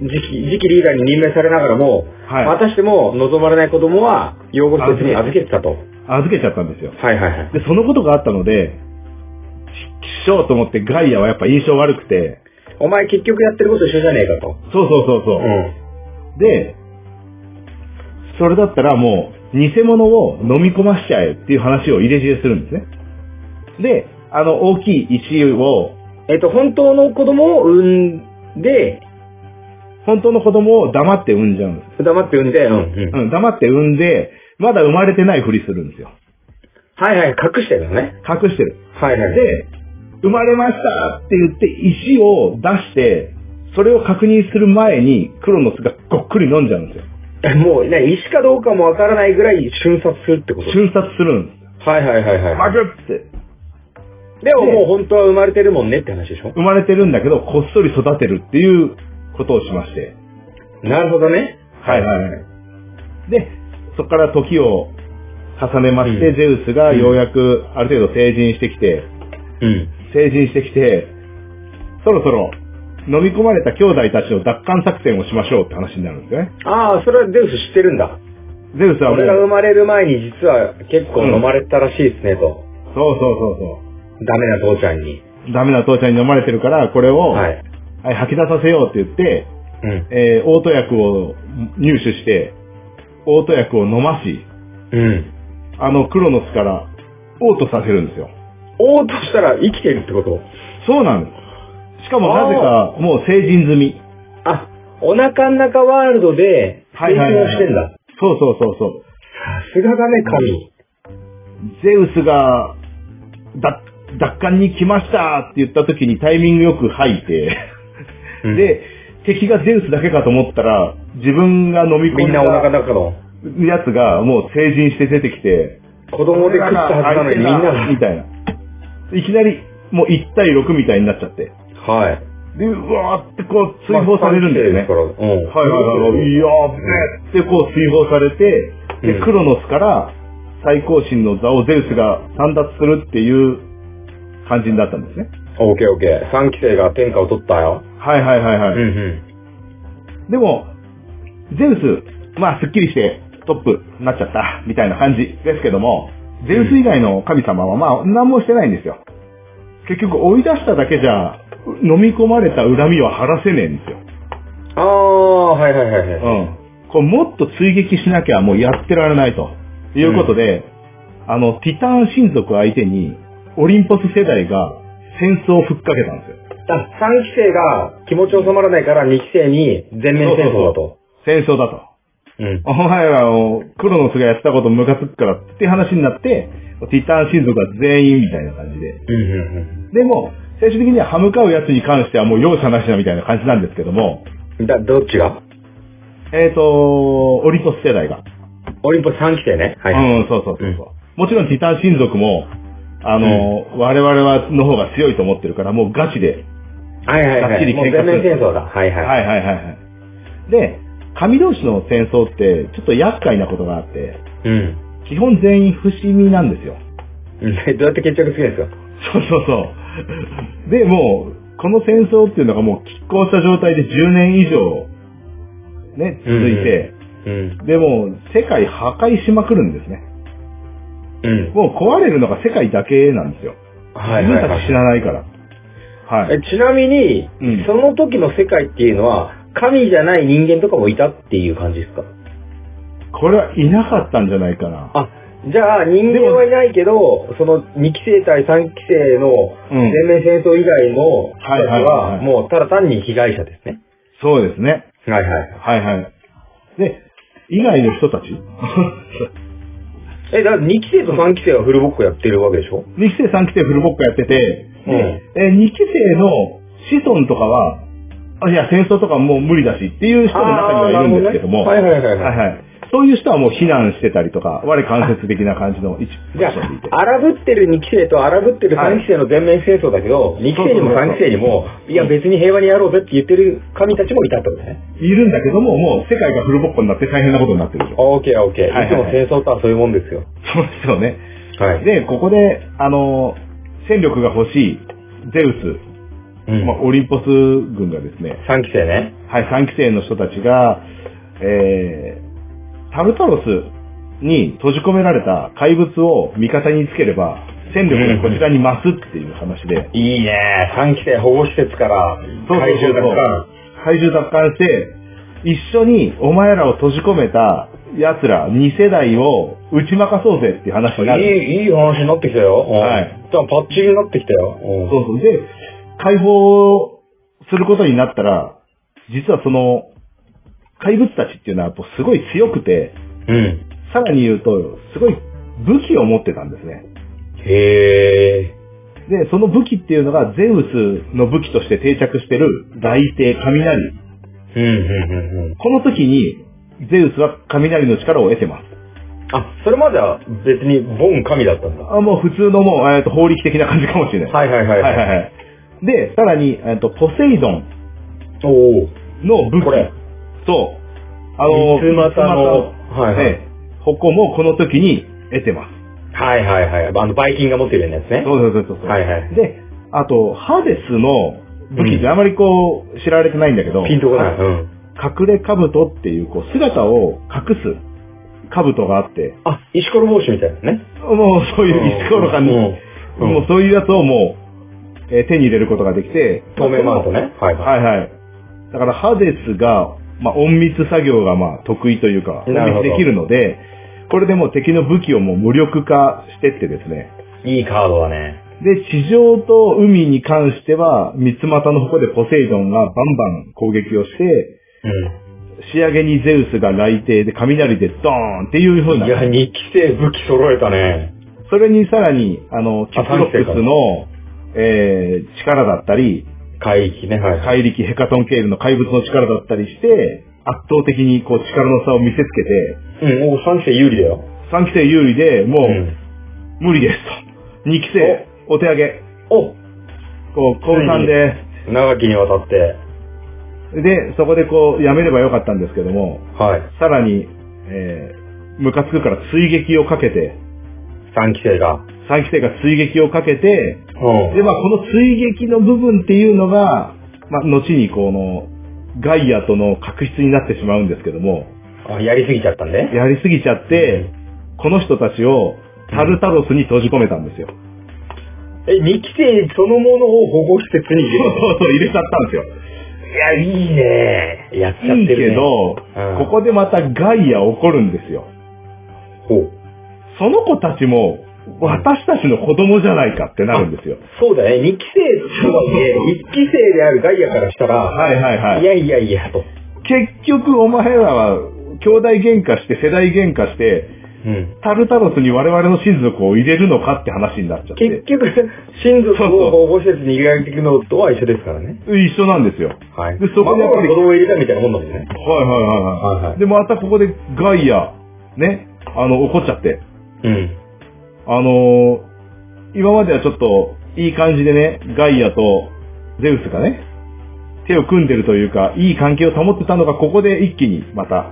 Speaker 3: 次期次期リーダーに任命されながらも、
Speaker 2: はい
Speaker 3: またしても望まれない子供は養護施設に預けてたと。
Speaker 2: 預けちゃったんですよ。
Speaker 3: はいはいはい。
Speaker 2: で、そのことがあったので、ききっしょうと思ってガイアはやっぱ印象悪くて、
Speaker 3: お前結局やってること一緒じゃねえかと。
Speaker 2: そうそうそうそうう、
Speaker 3: ん。
Speaker 2: で、それだったらもう、偽物を飲み込ましちゃえっていう話を入れ知恵するんですね。で、あの、大きい石を、
Speaker 3: えっ、と、本当の子供を産んで、
Speaker 2: 本当の子供を黙って産んじゃうんです。
Speaker 3: 黙って産んで、うん、うん。
Speaker 2: うん、黙って産んで、まだ生まれてないふりするんですよ。
Speaker 3: はいはい、隠してるのね。
Speaker 2: 隠してる。
Speaker 3: はいはい。
Speaker 2: で、生まれましたって言って石を出して、それを確認する前にクロノスがごっくり飲んじゃうんですよ。
Speaker 3: もうね、石かどうかもわからないぐらい瞬殺するってこと
Speaker 2: 瞬殺するんですよ。
Speaker 3: はいはいはいはい。
Speaker 2: マグッって。
Speaker 3: でももう本当は生まれてるもんねって話でしょ
Speaker 2: 生まれてるんだけど、こっそり育てるっていうことをしまして。
Speaker 3: なるほどね。
Speaker 2: はいはいはい。で、そこから時を重ねまして、
Speaker 3: うん
Speaker 2: ゼウスがようやくある程度成人してきて、
Speaker 3: うん。
Speaker 2: 成人してきて、そろそろ飲み込まれた兄弟たちの奪還作戦をしましょうって話になるんですよね。
Speaker 3: ああ、それはデウス知ってるんだ。
Speaker 2: ゼウスはもう
Speaker 3: 俺が生まれる前に実は結構飲まれてたらしいですねと。
Speaker 2: そうそうそうそ
Speaker 3: ダメな父ちゃんに。
Speaker 2: う。ダメな父ちゃんに飲まれてるから、これを、
Speaker 3: は
Speaker 2: はい
Speaker 3: い。
Speaker 2: 吐き出させようって言って、
Speaker 3: うん。
Speaker 2: えー、オート薬を入手して、オート薬を飲まし、
Speaker 3: うん。
Speaker 2: あのクロノスから、オートさせるんですよ。
Speaker 3: おうとしたら生きてるってこと
Speaker 2: そうなんです。しかもなぜか、もう成人済み。
Speaker 3: あ、お腹ん中ワールドで成長してんだ。
Speaker 2: そうそうそうそう。
Speaker 3: さすがだね、神。
Speaker 2: ゼウスが、だ、奪還に来ましたって言った時にタイミングよく吐いて、
Speaker 3: うん、
Speaker 2: で、敵がゼウスだけかと思ったら、自分が飲み込んだ
Speaker 3: みんなお腹の中の
Speaker 2: やつがもう成人して出てきて、
Speaker 3: 子供で食ったはずなのにみんなが。
Speaker 2: みたいな。いきなり、もう1対6みたいになっちゃって。
Speaker 3: はい。
Speaker 2: で、うわーってこう、追放されるんですよね。
Speaker 3: から。うん。
Speaker 2: はいはいはい。いやーべーってこう、追放されて、
Speaker 3: う
Speaker 2: で、
Speaker 3: ん
Speaker 2: クロノスから、最高神の座をゼウスが散奪するっていう肝心だったんですね。
Speaker 3: オーケーオーケー。三期生が天下を取ったよ。
Speaker 2: はいはいはいは
Speaker 3: う
Speaker 2: い。
Speaker 3: んうん。
Speaker 2: でも、ゼウス、まあ、すっきりしてトップになっちゃった、みたいな感じですけども、ゼウス以外の神様は、まあ、何もしてないんですよ。結局、追い出しただけじゃ、飲み込まれた恨みは晴らせねえんですよ。
Speaker 3: ああ、はいはいはいはい。
Speaker 2: うん。これ、もっと追撃しなきゃ、もうやってられないと。いうことで、あの、ティターン親族相手に、オリンポス世代が戦争を吹っかけたんですよ。
Speaker 3: あ、3期生が気持ち収まらないから2期生に全面戦争だと。
Speaker 2: 戦争だと。
Speaker 3: うん。
Speaker 2: お前ら、あの、クロノスがやったことムカつくからって話になって、ティターン親族は全員みたいな感じで。
Speaker 3: うんうん
Speaker 2: でも、最終的には歯向かう奴に関してはもう容赦なしだみたいな感じなんですけども、
Speaker 3: うん。だ、どっちが
Speaker 2: えっ、ー、と、オリンポス世代が。
Speaker 3: オリンポス3期生ね。はい。
Speaker 2: うん、そうそうそうそう、もちろんティターン親族も、あの、我々は、の方が強いと思ってるから、もうガチで。
Speaker 3: はいはい
Speaker 2: がっ
Speaker 3: は
Speaker 2: ち
Speaker 3: い。
Speaker 2: り
Speaker 3: もう
Speaker 2: 喧嘩
Speaker 3: 全
Speaker 2: する
Speaker 3: 面戦争だ。はいはい。
Speaker 2: はいはいはいはい。で、神同士の戦争って、ちょっと厄介なことがあって、
Speaker 3: うん。
Speaker 2: 基本全員不死身なんですよ。
Speaker 3: うんどうやって決着つけるんですか
Speaker 2: そうそうそう。で、もう、この戦争っていうのがもう拮抗した状態で10年以上、ね、続いて、
Speaker 3: うん。
Speaker 2: でも、世界破壊しまくるんですね。
Speaker 3: うん。
Speaker 2: もう壊れるのが世界だけなんですよ。
Speaker 3: はいはい
Speaker 2: 自分
Speaker 3: は
Speaker 2: たち知
Speaker 3: い。
Speaker 2: らないから。はい。
Speaker 3: えちなみに、
Speaker 2: うん
Speaker 3: その時の世界っていうのは、神じゃない人間とかもいたっていう感じですか
Speaker 2: これはいなかったんじゃないかな。
Speaker 3: あ、じゃあ人間はいないけど、その2期生対3期生の
Speaker 2: うん
Speaker 3: 全面戦争以外の人たち
Speaker 2: はいはいはい
Speaker 3: は、
Speaker 2: はい
Speaker 3: もうただ単に被害者ですね。
Speaker 2: そうですね。
Speaker 3: はいはい。
Speaker 2: はいはい。で、以外の人たち
Speaker 3: え、だから2期生と3期生はフルボッコやってるわけでしょ
Speaker 2: ?2 期生3期生フルボッコやってて、
Speaker 3: うん
Speaker 2: で、えー、2期生の子孫とかは、あいや、戦争とかもう無理だしっていう人の中にはいるんですけども、
Speaker 3: あーなるほどねはいはいはいはい
Speaker 2: はいはい。そういう人はもう避難してたりとか、我間接的な感じの一部
Speaker 3: じゃ
Speaker 2: 人でいて。
Speaker 3: あ、荒ぶってる2期生と荒ぶってる3期生の全面戦争だけど、2期生にも3期生にも、いや別に平和にやろうぜって言ってる神たちもいたってことね。
Speaker 2: いるんだけども、もう世界がフルボッコになって大変なことになってるでしょ。
Speaker 3: オーケーオーケー。
Speaker 2: はいはい
Speaker 3: いつも
Speaker 2: はい
Speaker 3: 戦争とはそういうもんですよ。
Speaker 2: そうですよね。
Speaker 3: はい。
Speaker 2: で、ここで、あの、戦力が欲しい、ゼウ
Speaker 3: う
Speaker 2: ス、
Speaker 3: ん
Speaker 2: まあ、オリンポス軍がですね、
Speaker 3: 3期生ね。
Speaker 2: はい、3期生の人たちが、えー、タルタロスに閉じ込められた怪物を味方につければ、戦力がこちらに増すっていう話で、
Speaker 3: いいね。3期生保護施設から、
Speaker 2: そうそうそう
Speaker 3: 怪獣奪還。
Speaker 2: 怪獣奪還して、一緒にお前らを閉じ込めた奴ら2世代を打ち負かそうぜっていう話になる。
Speaker 3: いい、いい話になってきたよ。うん
Speaker 2: はい。
Speaker 3: じゃあパッチリになってきたよ。うん
Speaker 2: そうそう。で、解放することになったら、実はその、怪物たちっていうのはやっぱすごい強くて、
Speaker 3: うん。
Speaker 2: さらに言うと、すごい武器を持ってたんですね。
Speaker 3: へえ。
Speaker 2: で、その武器っていうのが、ゼウスの武器として定着してる、雷帝、雷。
Speaker 3: うん、うん、うん、うん。
Speaker 2: この時に、ゼウスは雷の力を得てます。
Speaker 3: あ、それまでは別に、ボン神だったんだ。
Speaker 2: あもう普通のもう、えーと法力的な感じかもしれない。
Speaker 3: はいはいはい。
Speaker 2: はいはいはい。で、さらに、えーと、ポセイドン
Speaker 3: おお。
Speaker 2: の武器
Speaker 3: これ
Speaker 2: と、あの、
Speaker 3: 三つ股の
Speaker 2: 三つ股
Speaker 3: はいはい
Speaker 2: ね矛もこの時に得てます。
Speaker 3: はいはいはい。あの、バイキンが持ってるようなやつね。
Speaker 2: そうそうそうそう。
Speaker 3: はいはい
Speaker 2: で、あと、ハデスの武器ってあまりこう、知られてないんだけど、
Speaker 3: ピンとこない。うん。
Speaker 2: 隠れ兜っていう、こう、姿を隠す兜があって、
Speaker 3: あ、石ころ帽子みたいなね。
Speaker 2: もうそういう石ころ感じ、
Speaker 3: うんうん
Speaker 2: もうそういうやつをもう、えー手に入れることができて、
Speaker 3: 透明マントね。はいは
Speaker 2: はいはい。だから、ハデスが、まあ、隠密作業が、まあ、得意というか、隠
Speaker 3: なるほど
Speaker 2: 密できるので、これでもう敵の武器をもう無力化してってですね、
Speaker 3: い。いいカードだね。
Speaker 2: で、地上と海に関しては、三つ股の矛でポセイドンがバンバン攻撃をして、仕上げにゼウスが雷帝で雷でドーンっていう風
Speaker 3: うん。。
Speaker 2: ない
Speaker 3: や、二期生武器揃えたね。
Speaker 2: それにさらに、あの、キ
Speaker 3: あ
Speaker 2: プロプスの、えー、力だったり、
Speaker 3: 海域ね。はいはい。
Speaker 2: 怪力ヘカトンケールの怪物の力だったりして、圧倒的にこう力の差を見せつけて、
Speaker 3: うん、お三期生有利だよ。
Speaker 2: 3期生有利でもう、
Speaker 3: うん
Speaker 2: 無理ですと。2期生、お手上げ。
Speaker 3: お
Speaker 2: こう、高3で、
Speaker 3: 長きにわたって。
Speaker 2: で、そこでこう、やめればよかったんですけども、
Speaker 3: はい。
Speaker 2: さらに、えー、ムカつくから追撃をかけて、
Speaker 3: 三期生が。
Speaker 2: 三期生が追撃をかけて、
Speaker 3: うん。
Speaker 2: で、まあ、この追撃の部分っていうのが、まあ、後にこの、ガイアとの確執になってしまうんですけども、
Speaker 3: あやりすぎちゃったんで。
Speaker 2: やりすぎちゃって、この人たちをタルタロスに閉じ込めたんですよ。
Speaker 3: え、二期生そのものを保護施設に
Speaker 2: そう
Speaker 3: 入れる。
Speaker 2: そうそう、入れちゃったんですよ。
Speaker 3: いや、いいねやっちゃってる、ね。
Speaker 2: いいけど、
Speaker 3: うん
Speaker 2: ここでまたガイア怒るんですよ。
Speaker 3: ほう。
Speaker 2: その子たちも、私たちの子供じゃないかってなるんですよ。
Speaker 3: そうだね。二期生 とはいえ、一期生であるガイアからしたら、
Speaker 2: はいはいはい
Speaker 3: いやいやいや、と。
Speaker 2: 結局お前らは、兄弟喧嘩して世代喧嘩して、
Speaker 3: うん。
Speaker 2: タルタロスに我々の親族を入れるのかって話になっちゃって。
Speaker 3: 結局、親族を保護施設に入れられていくのとは一緒ですからね。
Speaker 2: 一緒なんですよ。はい
Speaker 3: はい。
Speaker 2: でそこでやっぱり
Speaker 3: 孫が子供を入れたみたいなもんだもんね。
Speaker 2: はいはい
Speaker 3: はいはい
Speaker 2: で、またここでガイア、ね、あの、怒っちゃって。
Speaker 3: うん。
Speaker 2: あのー今まではちょっと、いい感じでね、ガイアとゼウスがね、手を組んでるというか、いい関係を保ってたのが、ここで一気にまた、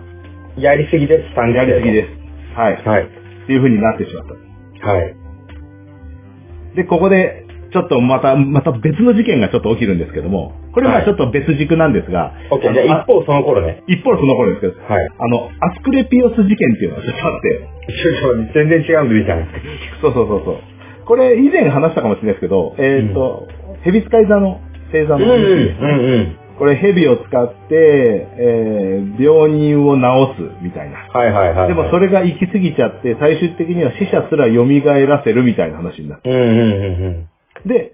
Speaker 3: やりすぎです、三期生
Speaker 2: やり
Speaker 3: と
Speaker 2: すぎです。はい。っ
Speaker 3: はい。
Speaker 2: ていう風になってしまった。
Speaker 3: はい。
Speaker 2: で、ここで、ちょっとまた、また別の事件がちょっと起きるんですけども、これは
Speaker 3: はい
Speaker 2: ちょっと別軸なんですが、
Speaker 3: オッケー。じゃあ
Speaker 2: あ
Speaker 3: 一方その頃ね。
Speaker 2: 一方その頃ですけど、
Speaker 3: はい。
Speaker 2: あの、アスクレピオス事件っていうのがちょっとあって、
Speaker 3: ちょっと全然違うんでいいじゃないですか。
Speaker 2: そうそうそうそう。これ以前話したかもしれないですけど、えっ、と、ヘビ使い座の星座
Speaker 3: うん
Speaker 2: の
Speaker 3: うん
Speaker 2: 話ですね、
Speaker 3: うんうん。
Speaker 2: これ蛇を使って、えー病人を治すみたいな。
Speaker 3: はいはいはいはい。
Speaker 2: でもそれが行き過ぎちゃって、最終的には死者すら蘇らせるみたいな話になる。
Speaker 3: うんうんうんうん。
Speaker 2: で、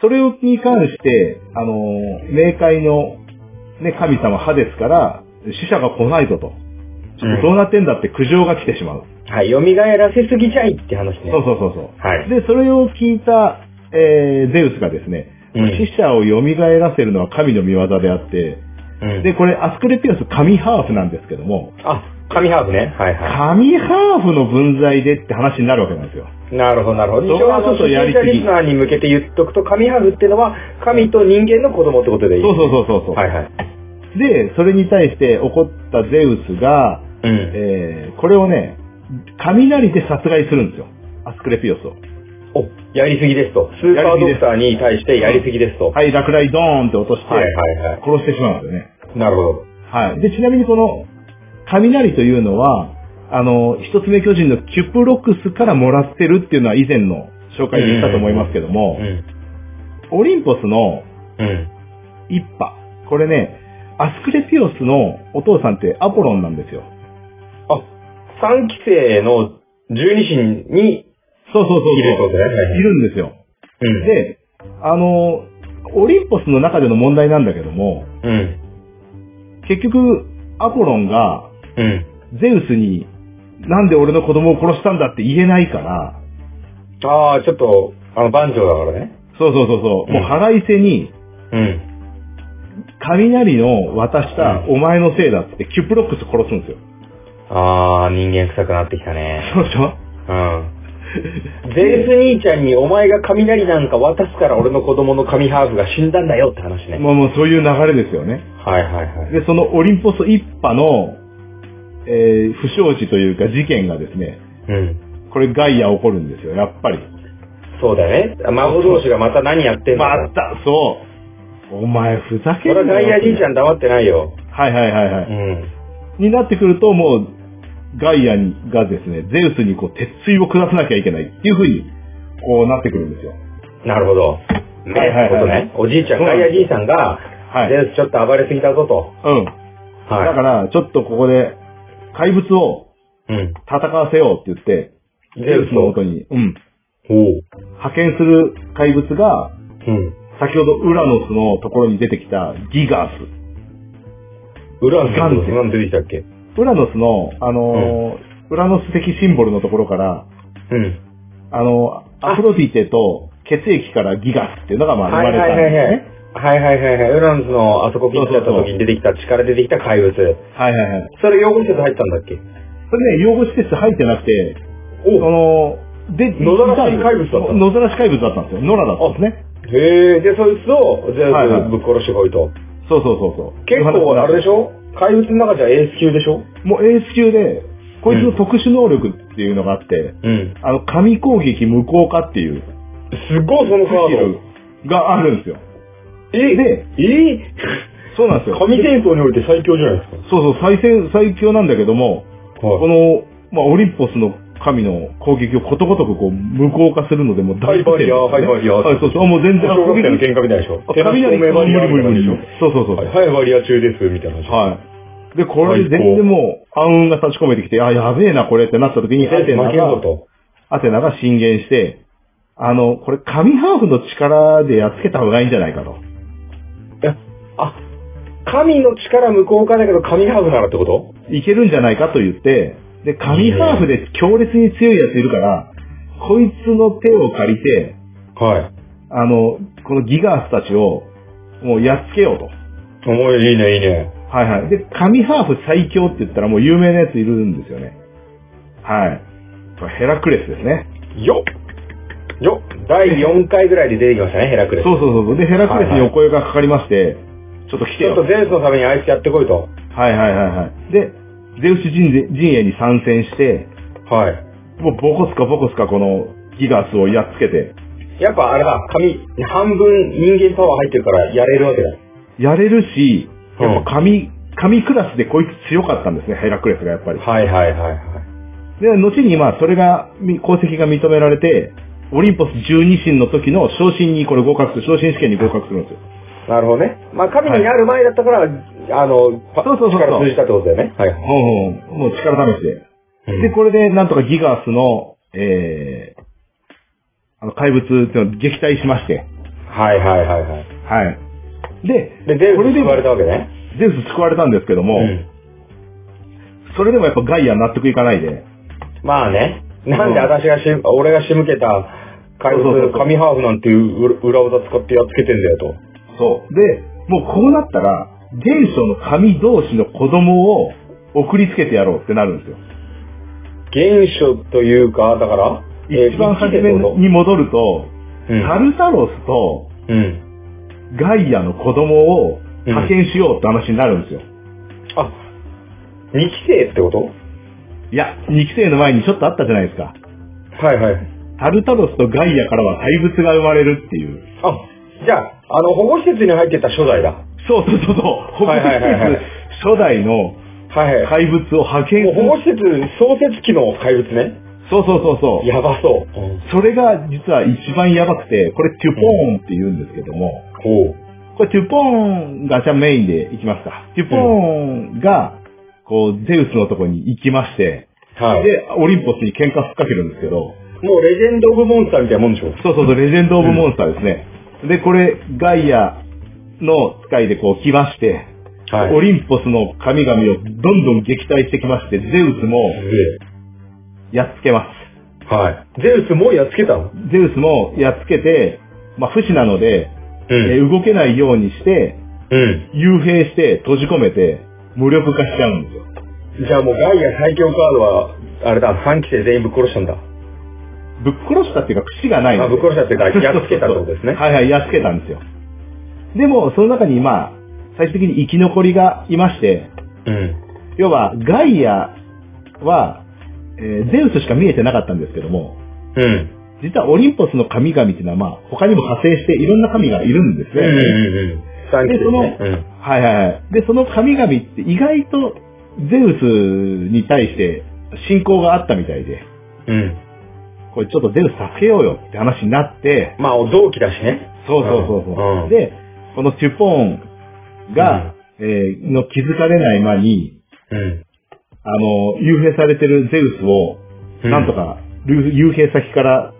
Speaker 2: それに関して、あのー冥界の、ね、神様ハデスから、死者が来ないぞと。ちょっとどうなってんだって苦情が来てしまう。
Speaker 3: はい、蘇らせすぎちゃいって話ね。
Speaker 2: そうそうそうそう。
Speaker 3: はい。
Speaker 2: で、それを聞いた、えーゼウスがですね、
Speaker 3: うん
Speaker 2: 死者を蘇らせるのは神の見業であって、
Speaker 3: うん
Speaker 2: で、これ、アスクレピオス神ハーフなんですけども、
Speaker 3: あ、紙ハーフね。はいは
Speaker 2: 神ハーフの分際でって話になるわけなんですよ。
Speaker 3: い。なるほど、なるほど。
Speaker 2: そこはちょっとやりすぎ
Speaker 3: リスナーに向けて言っとくと、紙ハーフってのは、神と人間の子供ってことでいい。
Speaker 2: そうそうそうそうそう、
Speaker 3: はいはい。
Speaker 2: で、それに対して怒ったゼウスが、
Speaker 3: うん。
Speaker 2: えーこれをね、雷で殺害するんですよ。アスクレピオスを。
Speaker 3: お、やりすぎですと。スーパードクターに対してやりすぎですと。はい
Speaker 2: はい、落雷ドーンって落として、
Speaker 3: はいは
Speaker 2: 殺してしまうんですよね。
Speaker 3: い。なるほど。
Speaker 2: はい。で、ちなみにこの、雷というのは、あの、一つ目巨人のキュプロクスからもらってるっていうのは以前の紹介でしたと思いますけど
Speaker 3: う
Speaker 2: も、
Speaker 3: ん。
Speaker 2: オリンポスの
Speaker 3: うん。
Speaker 2: 一派、これね、アスクレピオスのお父さんってアポロンなんですよ。
Speaker 3: あ、三期生の十二神に
Speaker 2: そうそうそうそう。
Speaker 3: いるってことね。
Speaker 2: いるんですよ。
Speaker 3: うん。
Speaker 2: で、あの、オリンポスの中での問題なんだけども、
Speaker 3: うん。
Speaker 2: 結局、アポロンが
Speaker 3: うん。
Speaker 2: ゼウスに、なんで俺の子供を殺したんだって言えないから、
Speaker 3: ああ、ちょっと、あの、番長だからね。
Speaker 2: そうそうそうそう、もう腹いせに、
Speaker 3: うん。
Speaker 2: 雷の渡したお前のせいだって、キュプロックス殺すんですよ。
Speaker 3: ああ、人間臭くなってきたね。
Speaker 2: そうでしょ
Speaker 3: うん。ゼウス兄ちゃんにお前が雷なんか渡すから俺の子供の神ハーフが死んだんだよって話ね。
Speaker 2: もうもうそういう流れですよね。
Speaker 3: はいはいはい。
Speaker 2: で、そのオリンポス一派の、えー不祥事というか事件がですね、
Speaker 3: うん。
Speaker 2: これガイア起こるんですよ、やっぱり。
Speaker 3: そうだよね。孫同士がまた何やってんだ
Speaker 2: ま
Speaker 3: か。
Speaker 2: た、そう。お前ふざ
Speaker 3: こ
Speaker 2: けん
Speaker 3: れ
Speaker 2: な
Speaker 3: は
Speaker 2: よ
Speaker 3: ガイア兄ちゃん黙ってないよ。
Speaker 2: はいはいはいは
Speaker 3: う
Speaker 2: い。
Speaker 3: ん。
Speaker 2: になってくると、もう、ガイアにがですね、ゼウスにこう、鉄槌を下さなきゃいけないっていう風に、こうなってくるんですよ。
Speaker 3: なるほど。ね、
Speaker 2: はいはいはい
Speaker 3: ってことね。おじいちゃん、
Speaker 2: そう
Speaker 3: ガ
Speaker 2: なんです
Speaker 3: イアじいさんが、
Speaker 2: はい
Speaker 3: ゼウスちょっと暴れすぎたぞと。
Speaker 2: うん。だ
Speaker 3: は
Speaker 2: から、ちょっとここで、怪物を
Speaker 3: い。うん。
Speaker 2: 戦わせようって言って、
Speaker 3: ゼ
Speaker 2: ゼウ
Speaker 3: ウス
Speaker 2: スの
Speaker 3: の
Speaker 2: 元に、うん、
Speaker 3: おう。
Speaker 2: 派遣する怪物が、
Speaker 3: うん。
Speaker 2: 先ほどウラノスのところに出てきたギガー
Speaker 3: ウランス
Speaker 2: ガン
Speaker 3: の
Speaker 2: って
Speaker 3: なんて出てきたっけ
Speaker 2: ス。ウラノスの、あのーウラノス的シンボルのところから、
Speaker 3: うん。
Speaker 2: あのー
Speaker 3: あ
Speaker 2: アフロディテと血液からギガスっていうのがまあ生
Speaker 3: は
Speaker 2: ま
Speaker 3: い
Speaker 2: れた
Speaker 3: は
Speaker 2: ん
Speaker 3: い
Speaker 2: です
Speaker 3: はいは
Speaker 2: ね
Speaker 3: い。。はいはいはいはい。ウランスのあそこピッチだった時に出てきた、力出てきた怪物。
Speaker 2: はいはいはい。
Speaker 3: それ養護施設入ったんだっけ
Speaker 2: それね、養護施設入ってなくて、あ
Speaker 3: お
Speaker 2: のーで、
Speaker 3: 野ざらし怪物だったの
Speaker 2: 野ざらし怪物だったんですよ。野良だったんですね。
Speaker 3: へえ、で、そいつを全
Speaker 2: はいはい
Speaker 3: 部ぶっ殺してこいと。
Speaker 2: そうそうそうそう。
Speaker 3: 結構あれでし
Speaker 2: ょ
Speaker 3: ょ怪物の中じゃエース級でしょ
Speaker 2: もうエース級で、こいつの特殊能力っていうのがあって、
Speaker 3: うん。
Speaker 2: あの、神攻撃無効化っていう
Speaker 3: すごい、その
Speaker 2: ス
Speaker 3: カ
Speaker 2: キ
Speaker 3: ード。
Speaker 2: ルがあるんですよ。
Speaker 3: え
Speaker 2: で、
Speaker 3: え
Speaker 2: そうなんですよ。
Speaker 3: 神戦争において最強じゃないです
Speaker 2: そうそう、最戦、最強なんだけども、
Speaker 3: か。
Speaker 2: この、まあ、オリンポスの神の攻撃をことごとくこう、無効化するので、もう
Speaker 3: ハイバリア、ハイバリア。
Speaker 2: はい、そうそう、もう全然、
Speaker 3: 小学生の喧嘩みたいでしょ。
Speaker 2: 雷
Speaker 3: 照
Speaker 2: 無
Speaker 3: らし込めバリア
Speaker 2: 理無理無理無理。そうそうそう。
Speaker 3: はい、ハイバリア中です、みたいな話。
Speaker 2: はい。で、これで全然もう、暗雲が差し込めてきて、あ、やべえな、これってなった時に、ア
Speaker 3: 先
Speaker 2: テ
Speaker 3: 生
Speaker 2: ナ
Speaker 3: 負けんぞ
Speaker 2: が、
Speaker 3: と。
Speaker 2: アテナが進言して、あの、これ、神ハーフの力でやっつけた方がいいんじゃないかと。
Speaker 3: あ、神の力無効化だけど神ハーフならってこと
Speaker 2: いけるんじゃないかと言って、で、神ハーフで強烈に強いやついるから、こいつの手を借りて、
Speaker 3: はい。
Speaker 2: あの、このギガースたちを、もうやっつけようと。
Speaker 3: おもいいね、いいね。
Speaker 2: はいはい。で、神ハーフ最強って言ったらもう有名なやついるんですよね。はい。これヘラクレスですね。
Speaker 3: よっよっ第4回ぐらいで出てきましたね、ヘラクレス。
Speaker 2: そうそうそうそう。で、ヘラクレスにお声がかかりまして、ちょっと来て
Speaker 3: ちょっ
Speaker 2: よ。
Speaker 3: とゼウスのためにあいつやってこいと。
Speaker 2: はいはいはいはい。で、ゼウス陣で陣営に参戦して、
Speaker 3: はい。
Speaker 2: もうボコスカボコスカこのギガスをやっつけて、
Speaker 3: やっぱあれだ、神、半分人間パワー入ってるからやれるわけだ。
Speaker 2: やれるし、
Speaker 3: うん
Speaker 2: やっぱ神、神クラスでこいつ強かったんですね、ヘラクレスがやっぱり。
Speaker 3: はいはいはいはい。
Speaker 2: で、後にまあ、それが、み功績が認められて、オリンポス12神の時の昇進にこれ合格する、昇進試験に合格するんですよ。
Speaker 3: なるほどね。まあ神になる前だったから、あの、パ
Speaker 2: そうそうそうそう
Speaker 3: 力通じたってことだよね。はいは
Speaker 2: う
Speaker 3: い。
Speaker 2: んうん、もう力試しで。で、これでなんとかギガースの、えー、あの怪物っていうのを撃退しまして、
Speaker 3: はいはいはいはい。
Speaker 2: はい。で、
Speaker 3: で、ゼウ
Speaker 2: こ
Speaker 3: ス
Speaker 2: れ
Speaker 3: に
Speaker 2: で
Speaker 3: 救
Speaker 2: も
Speaker 3: われたわけね。
Speaker 2: ゼウス救われたんですけども、
Speaker 3: うん
Speaker 2: それでもやっぱガイア納得いかないで、
Speaker 3: まあね。なんで私がし、俺が仕向けた怪
Speaker 2: そうそう
Speaker 3: 物、
Speaker 2: そう
Speaker 3: 神ハーフなんていう裏裏技使ってやっつけてんだよと。
Speaker 2: そう。で、もうこうなったら、現象の神同士の子供を送りつけてやろうってなるんですよ。
Speaker 3: 原初というか、だから、
Speaker 2: 一番初め
Speaker 3: の。
Speaker 2: に戻ると、
Speaker 3: うん
Speaker 2: タルタロスと
Speaker 3: うん。
Speaker 2: ガイアの子供を派遣しようって話になるんですよ。
Speaker 3: あ、二期生ってこと
Speaker 2: いや、2期生の前にちょっとあったじゃないですか。
Speaker 3: はいはい。
Speaker 2: タルタロスとガイアからは怪物が生まれるっていう。
Speaker 3: あ、じゃあ、あの、保護施設に入ってた初代だ。
Speaker 2: そうそうそうそう。北
Speaker 3: はいはいはいはい
Speaker 2: 米初代の
Speaker 3: はいはい。
Speaker 2: 怪物を派遣
Speaker 3: もう
Speaker 2: す
Speaker 3: 保
Speaker 2: る
Speaker 3: 護。施設創設期の怪物ね。
Speaker 2: そうそうそうそう。
Speaker 3: やばそう。
Speaker 2: それが実は一番やばくて、これテュポーンって言うんですけども、
Speaker 3: ほう。
Speaker 2: これテュポーンがじゃあメインで行きますか。テュポーンが、こう、ゼウスのとこに行きまして、
Speaker 3: はい。
Speaker 2: で、オリンポスに喧嘩ふっかけるんですけど、
Speaker 3: もうレジェンド・オブ・モンスターみたいなもんでしょ。
Speaker 2: そうそうそう、レジェンド・オブ・モンスターですね。で、これ、ガイアの使いでこう来まして、オ
Speaker 3: 俺、
Speaker 2: リンポスの神々をどんどん撃退してきまして、ゼウスもやっつけま
Speaker 3: はい。ゼウスもうやっつけたの
Speaker 2: す。ゼウスもやっつけて、まあ、不死なので、
Speaker 3: う
Speaker 2: え。ー動けないようにして、
Speaker 3: うん。
Speaker 2: 幽閉して閉じ込めて、無力化しちゃうんですよ。
Speaker 3: じゃあもうガイア最強カードは、あれだ、3期生全員ぶっ殺したんだ。
Speaker 2: ぶっ殺したっていうか、口がないの
Speaker 3: あ、
Speaker 2: で
Speaker 3: ぶっ殺したっていうか、やっつけたってこと ですね。
Speaker 2: はいはい、やっつけたんですよ。でも、その中にまあ、最終的に生き残りがいまして、
Speaker 3: うん。
Speaker 2: 要は、ガイアは、えーゼウスしか見えてなかったんですけども、
Speaker 3: うん。
Speaker 2: 実はオリンポスの神々っていうのは、まあ、他にも派生していろんな神がいるんです
Speaker 3: うんうん
Speaker 2: ね。
Speaker 3: うん。3期生ね。
Speaker 2: はいはいはい。で、その神々って意外とゼウスに対して信仰があったみたいで、
Speaker 3: うん。うん。
Speaker 2: これちょっとゼウス助けようよって話になって、
Speaker 3: まあ、同期だしね。
Speaker 2: そうそうそうそう。
Speaker 3: うん
Speaker 2: で、このチュポーンが、えーの気づかれない間に、
Speaker 3: うん。
Speaker 2: あの、幽閉されてるゼウスを、
Speaker 3: うん
Speaker 2: なんとか、幽幽閉先から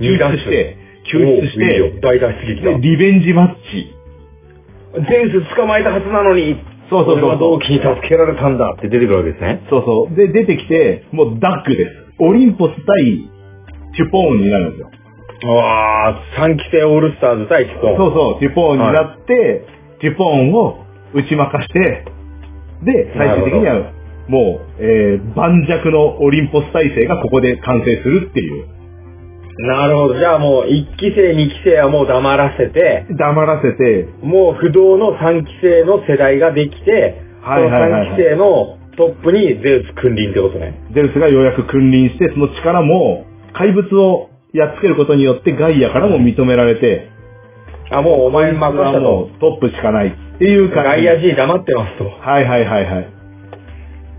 Speaker 2: 救出して、救出し
Speaker 3: おういいよ
Speaker 2: て、
Speaker 3: 大脱出劇だ
Speaker 2: で。リベンジマッチ。
Speaker 3: ゼウス捕まえたはずなのに、
Speaker 2: そうそうそう
Speaker 3: 俺は同期に助けられたんだって出てくるわけですね。
Speaker 2: そうそう。で、出てきて、もうダックです。オリンポス対テュポーンになるんですよ。
Speaker 3: わあ、3期生オールスターズ対キコン。
Speaker 2: そうそう、テュポーンになって、テュポーンを打ち負かして、で、最終的には、もう、えー、盤石のオリンポス体制がここで完成するっていう。
Speaker 3: なるほど。じゃあもう、1期生、2期生はもう黙らせて、
Speaker 2: 黙らせて、
Speaker 3: もう不動の3期生の世代ができて、
Speaker 2: はいはいはいはい
Speaker 3: その3期生のトップにゼウス君臨ってことね。
Speaker 2: ゼウスがようやく君臨して、その力も、怪物をやっつけることによってガイアからも認められて、
Speaker 3: あ、もうお前に
Speaker 2: こ
Speaker 3: 任
Speaker 2: れは
Speaker 3: せた
Speaker 2: も
Speaker 3: と。
Speaker 2: うトップしかないっていう感じ。
Speaker 3: ガイア G 黙ってますと。
Speaker 2: はいはいはいはい。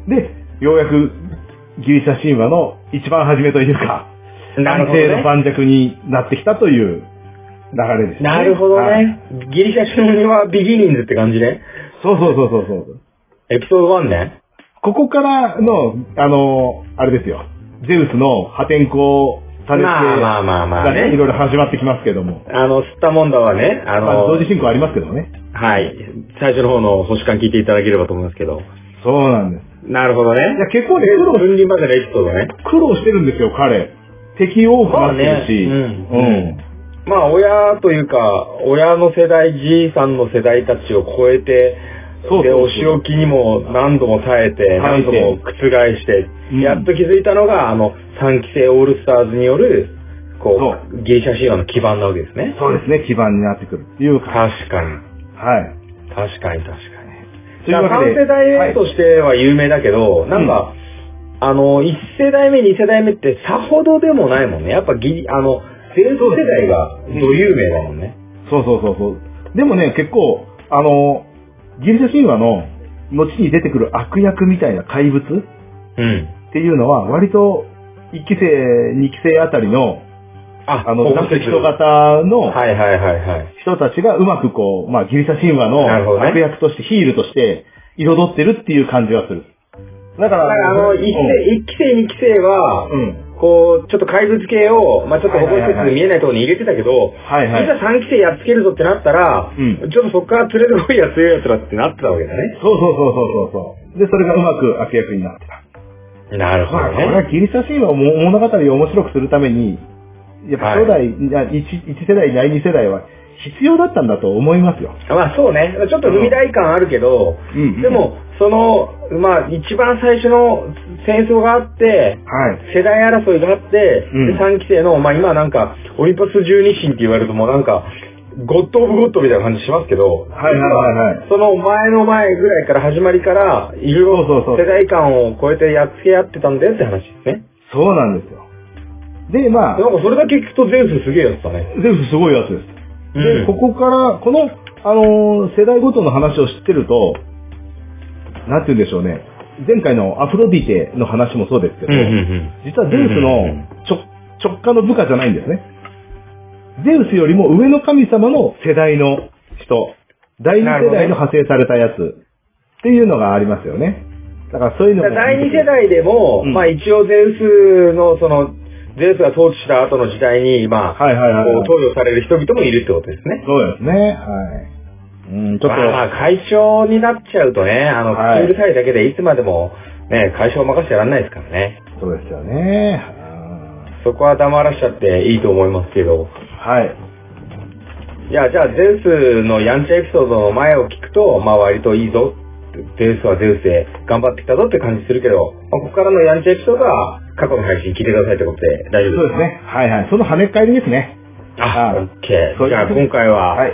Speaker 2: で、ようやくギリシャ神話の一番初めというか、
Speaker 3: な
Speaker 2: 安
Speaker 3: るほどね
Speaker 2: 定の盤石になってきたという流れです、
Speaker 3: なるほど
Speaker 2: はい
Speaker 3: ね。ギリシャ神話ビギニングって感じね。
Speaker 2: そうそうそうそうそう。
Speaker 3: エピソード1ね。
Speaker 2: ここからの、あの、あれですよ。ゼウスの破天荒されて、
Speaker 3: まあまあまあまあ
Speaker 2: がねい
Speaker 3: ね。
Speaker 2: ろいろ始まってきますけども。
Speaker 3: あの、吸ったもんだはね、あ
Speaker 2: まあ、
Speaker 3: の、
Speaker 2: 同時進行ありますけどもね。
Speaker 3: はい。最初の方の星間聞いていただければと思いますけど。
Speaker 2: そうなんです。
Speaker 3: なるほどね。
Speaker 2: いや、結構ね、苦労
Speaker 3: 分離までのエピソードね。
Speaker 2: 苦労してるんですよ、彼。敵多くなってるし。
Speaker 3: まあねうん
Speaker 2: うん
Speaker 3: まあ、親というか、親の世代、じいさんの世代たちを超えて、
Speaker 2: そうそうそう
Speaker 3: で、お仕置きにも何度も耐えて、
Speaker 2: 耐え
Speaker 3: 何度
Speaker 2: て
Speaker 3: も覆して、
Speaker 2: うん
Speaker 3: やっと気づいたのが、あの、3期生オールスターズによる、こう、ギリシャ神話の基盤なわけですね。
Speaker 2: そうですね、基盤になってくるっていうか、
Speaker 3: 確かに。
Speaker 2: はい。
Speaker 3: 確かに確かに。
Speaker 2: という
Speaker 3: だ
Speaker 2: わ
Speaker 3: から
Speaker 2: け
Speaker 3: 3
Speaker 2: で、
Speaker 3: 世代と
Speaker 2: はい
Speaker 3: しては有名だけど、なんか、あの、1世代目、2世代目ってさほどでもないもんね。やっぱギリ、あの、ゼウス世代がど有名だもんね。
Speaker 2: そうそうそうそう。でもね、結構、あの、ギリシャ神話の後に出てくる悪役みたいな怪物っ
Speaker 3: うん。
Speaker 2: ていうのは、割と1期生、2期生あたりの、
Speaker 3: あ
Speaker 2: あの、
Speaker 3: ここ
Speaker 2: 脱人型の
Speaker 3: はいはいはいはい。
Speaker 2: 人たちがうまくこう、まあ、ギリシャ神話
Speaker 3: なるほど
Speaker 2: の
Speaker 3: ね
Speaker 2: 悪役として、ヒールとして彩ってるっていう感じがする。だか
Speaker 3: だ
Speaker 2: ら、
Speaker 3: からあの、1期生、一期生、2期生は
Speaker 2: う、ん。うん。
Speaker 3: こう、ちょっと怪物系を、まあちょっと保護施設で見えないところに入れてたけど、
Speaker 2: はいはい
Speaker 3: いざ3期生やっつけるぞってなったら、
Speaker 2: うん
Speaker 3: ちょっとそこから連れてこいや強いやつらってなってたわけだね。
Speaker 2: そうそうそうそうそうそう。で、それがうまく悪役になってた。
Speaker 3: なる
Speaker 2: まあ、これはギリシャ神話を物語を面白くするために、やっぱ初代、いや一一世代、第二世代は必要だったんだと思いますよ。
Speaker 3: まあそうね。ちょっと踏み台感あるけど、
Speaker 2: うんうん
Speaker 3: でも、その、まあ一番最初の戦争があって、
Speaker 2: はい。
Speaker 3: 世代争いがあって、
Speaker 2: うん
Speaker 3: で3期生の、まあ今なんか、オリンパス十二神って言われるともうなんか、ゴッド・オブ・ゴッドみたいな感じしますけど、
Speaker 2: はいはいはいはい
Speaker 3: その前の前ぐらいから始まりから、いろい
Speaker 2: そうそ
Speaker 3: ろ
Speaker 2: うそ
Speaker 3: 世
Speaker 2: う
Speaker 3: 代間を超えてやっつけ合ってたんだよって話ですね。
Speaker 2: そうなんですよ。で、まあ
Speaker 3: で、なんかそれだけ聞くとゼウスすげえやつだね。
Speaker 2: ゼウスすごいやつです。
Speaker 3: う
Speaker 2: で、
Speaker 3: ん
Speaker 2: ここから、この、あのー世代ごとの話を知ってると、なんて言うんでしょうね。前回のアフロディテの話もそうですけど、
Speaker 3: ん
Speaker 2: 実はゼウス
Speaker 3: うんうんう
Speaker 2: の
Speaker 3: ん
Speaker 2: 直直下の部下じゃないんですね。ゼウスよりも上の神様の世代の人、第二
Speaker 3: なる
Speaker 2: 世
Speaker 3: ほどね
Speaker 2: 代の派生されたやつっていうのがありますよね。だからそういうの
Speaker 3: だ
Speaker 2: も。
Speaker 3: から第二世代でも、
Speaker 2: うん
Speaker 3: まあ一応ゼウスの、その、ゼウスが統治した後の時代に、まあ、
Speaker 2: はいはいはい
Speaker 3: こ
Speaker 2: は
Speaker 3: う
Speaker 2: い。
Speaker 3: 投与される人々もいるってことですね。
Speaker 2: そうですね。はい。うん、ちょっと、
Speaker 3: まあまあ、会長になっちゃうとね、あの、
Speaker 2: はい
Speaker 3: 口うるさいだけでいつまでも、ね、会長を任せてやらないですからね。
Speaker 2: そうですよね。
Speaker 3: そこは黙らしちゃっていいと思いますけど。
Speaker 2: はい。
Speaker 3: いや、じゃあ、ゼウスのやんちゃエピソードの前を聞くと、まあ割といいぞ。ゼウスはゼウスで頑張ってきたぞって感じするけど、まあここからのやんちゃエピソードは過去の配信聞いてくださいってことで大丈夫ですか
Speaker 2: そうですね。はいはい。その跳ね返りですね。
Speaker 3: あ、
Speaker 2: はい
Speaker 3: オッケ
Speaker 2: そ
Speaker 3: ー。
Speaker 2: うです
Speaker 3: じゃあ今回は、
Speaker 2: はい。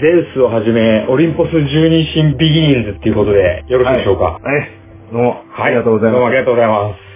Speaker 3: ゼウスをはじめ、オリンポス十二神ビギニンズっていうことでよろしいでしょう
Speaker 2: は
Speaker 3: か。
Speaker 2: い。どうも、ありがとうござい
Speaker 3: どう
Speaker 2: ま
Speaker 3: もあ
Speaker 2: す
Speaker 3: り。がとうございます。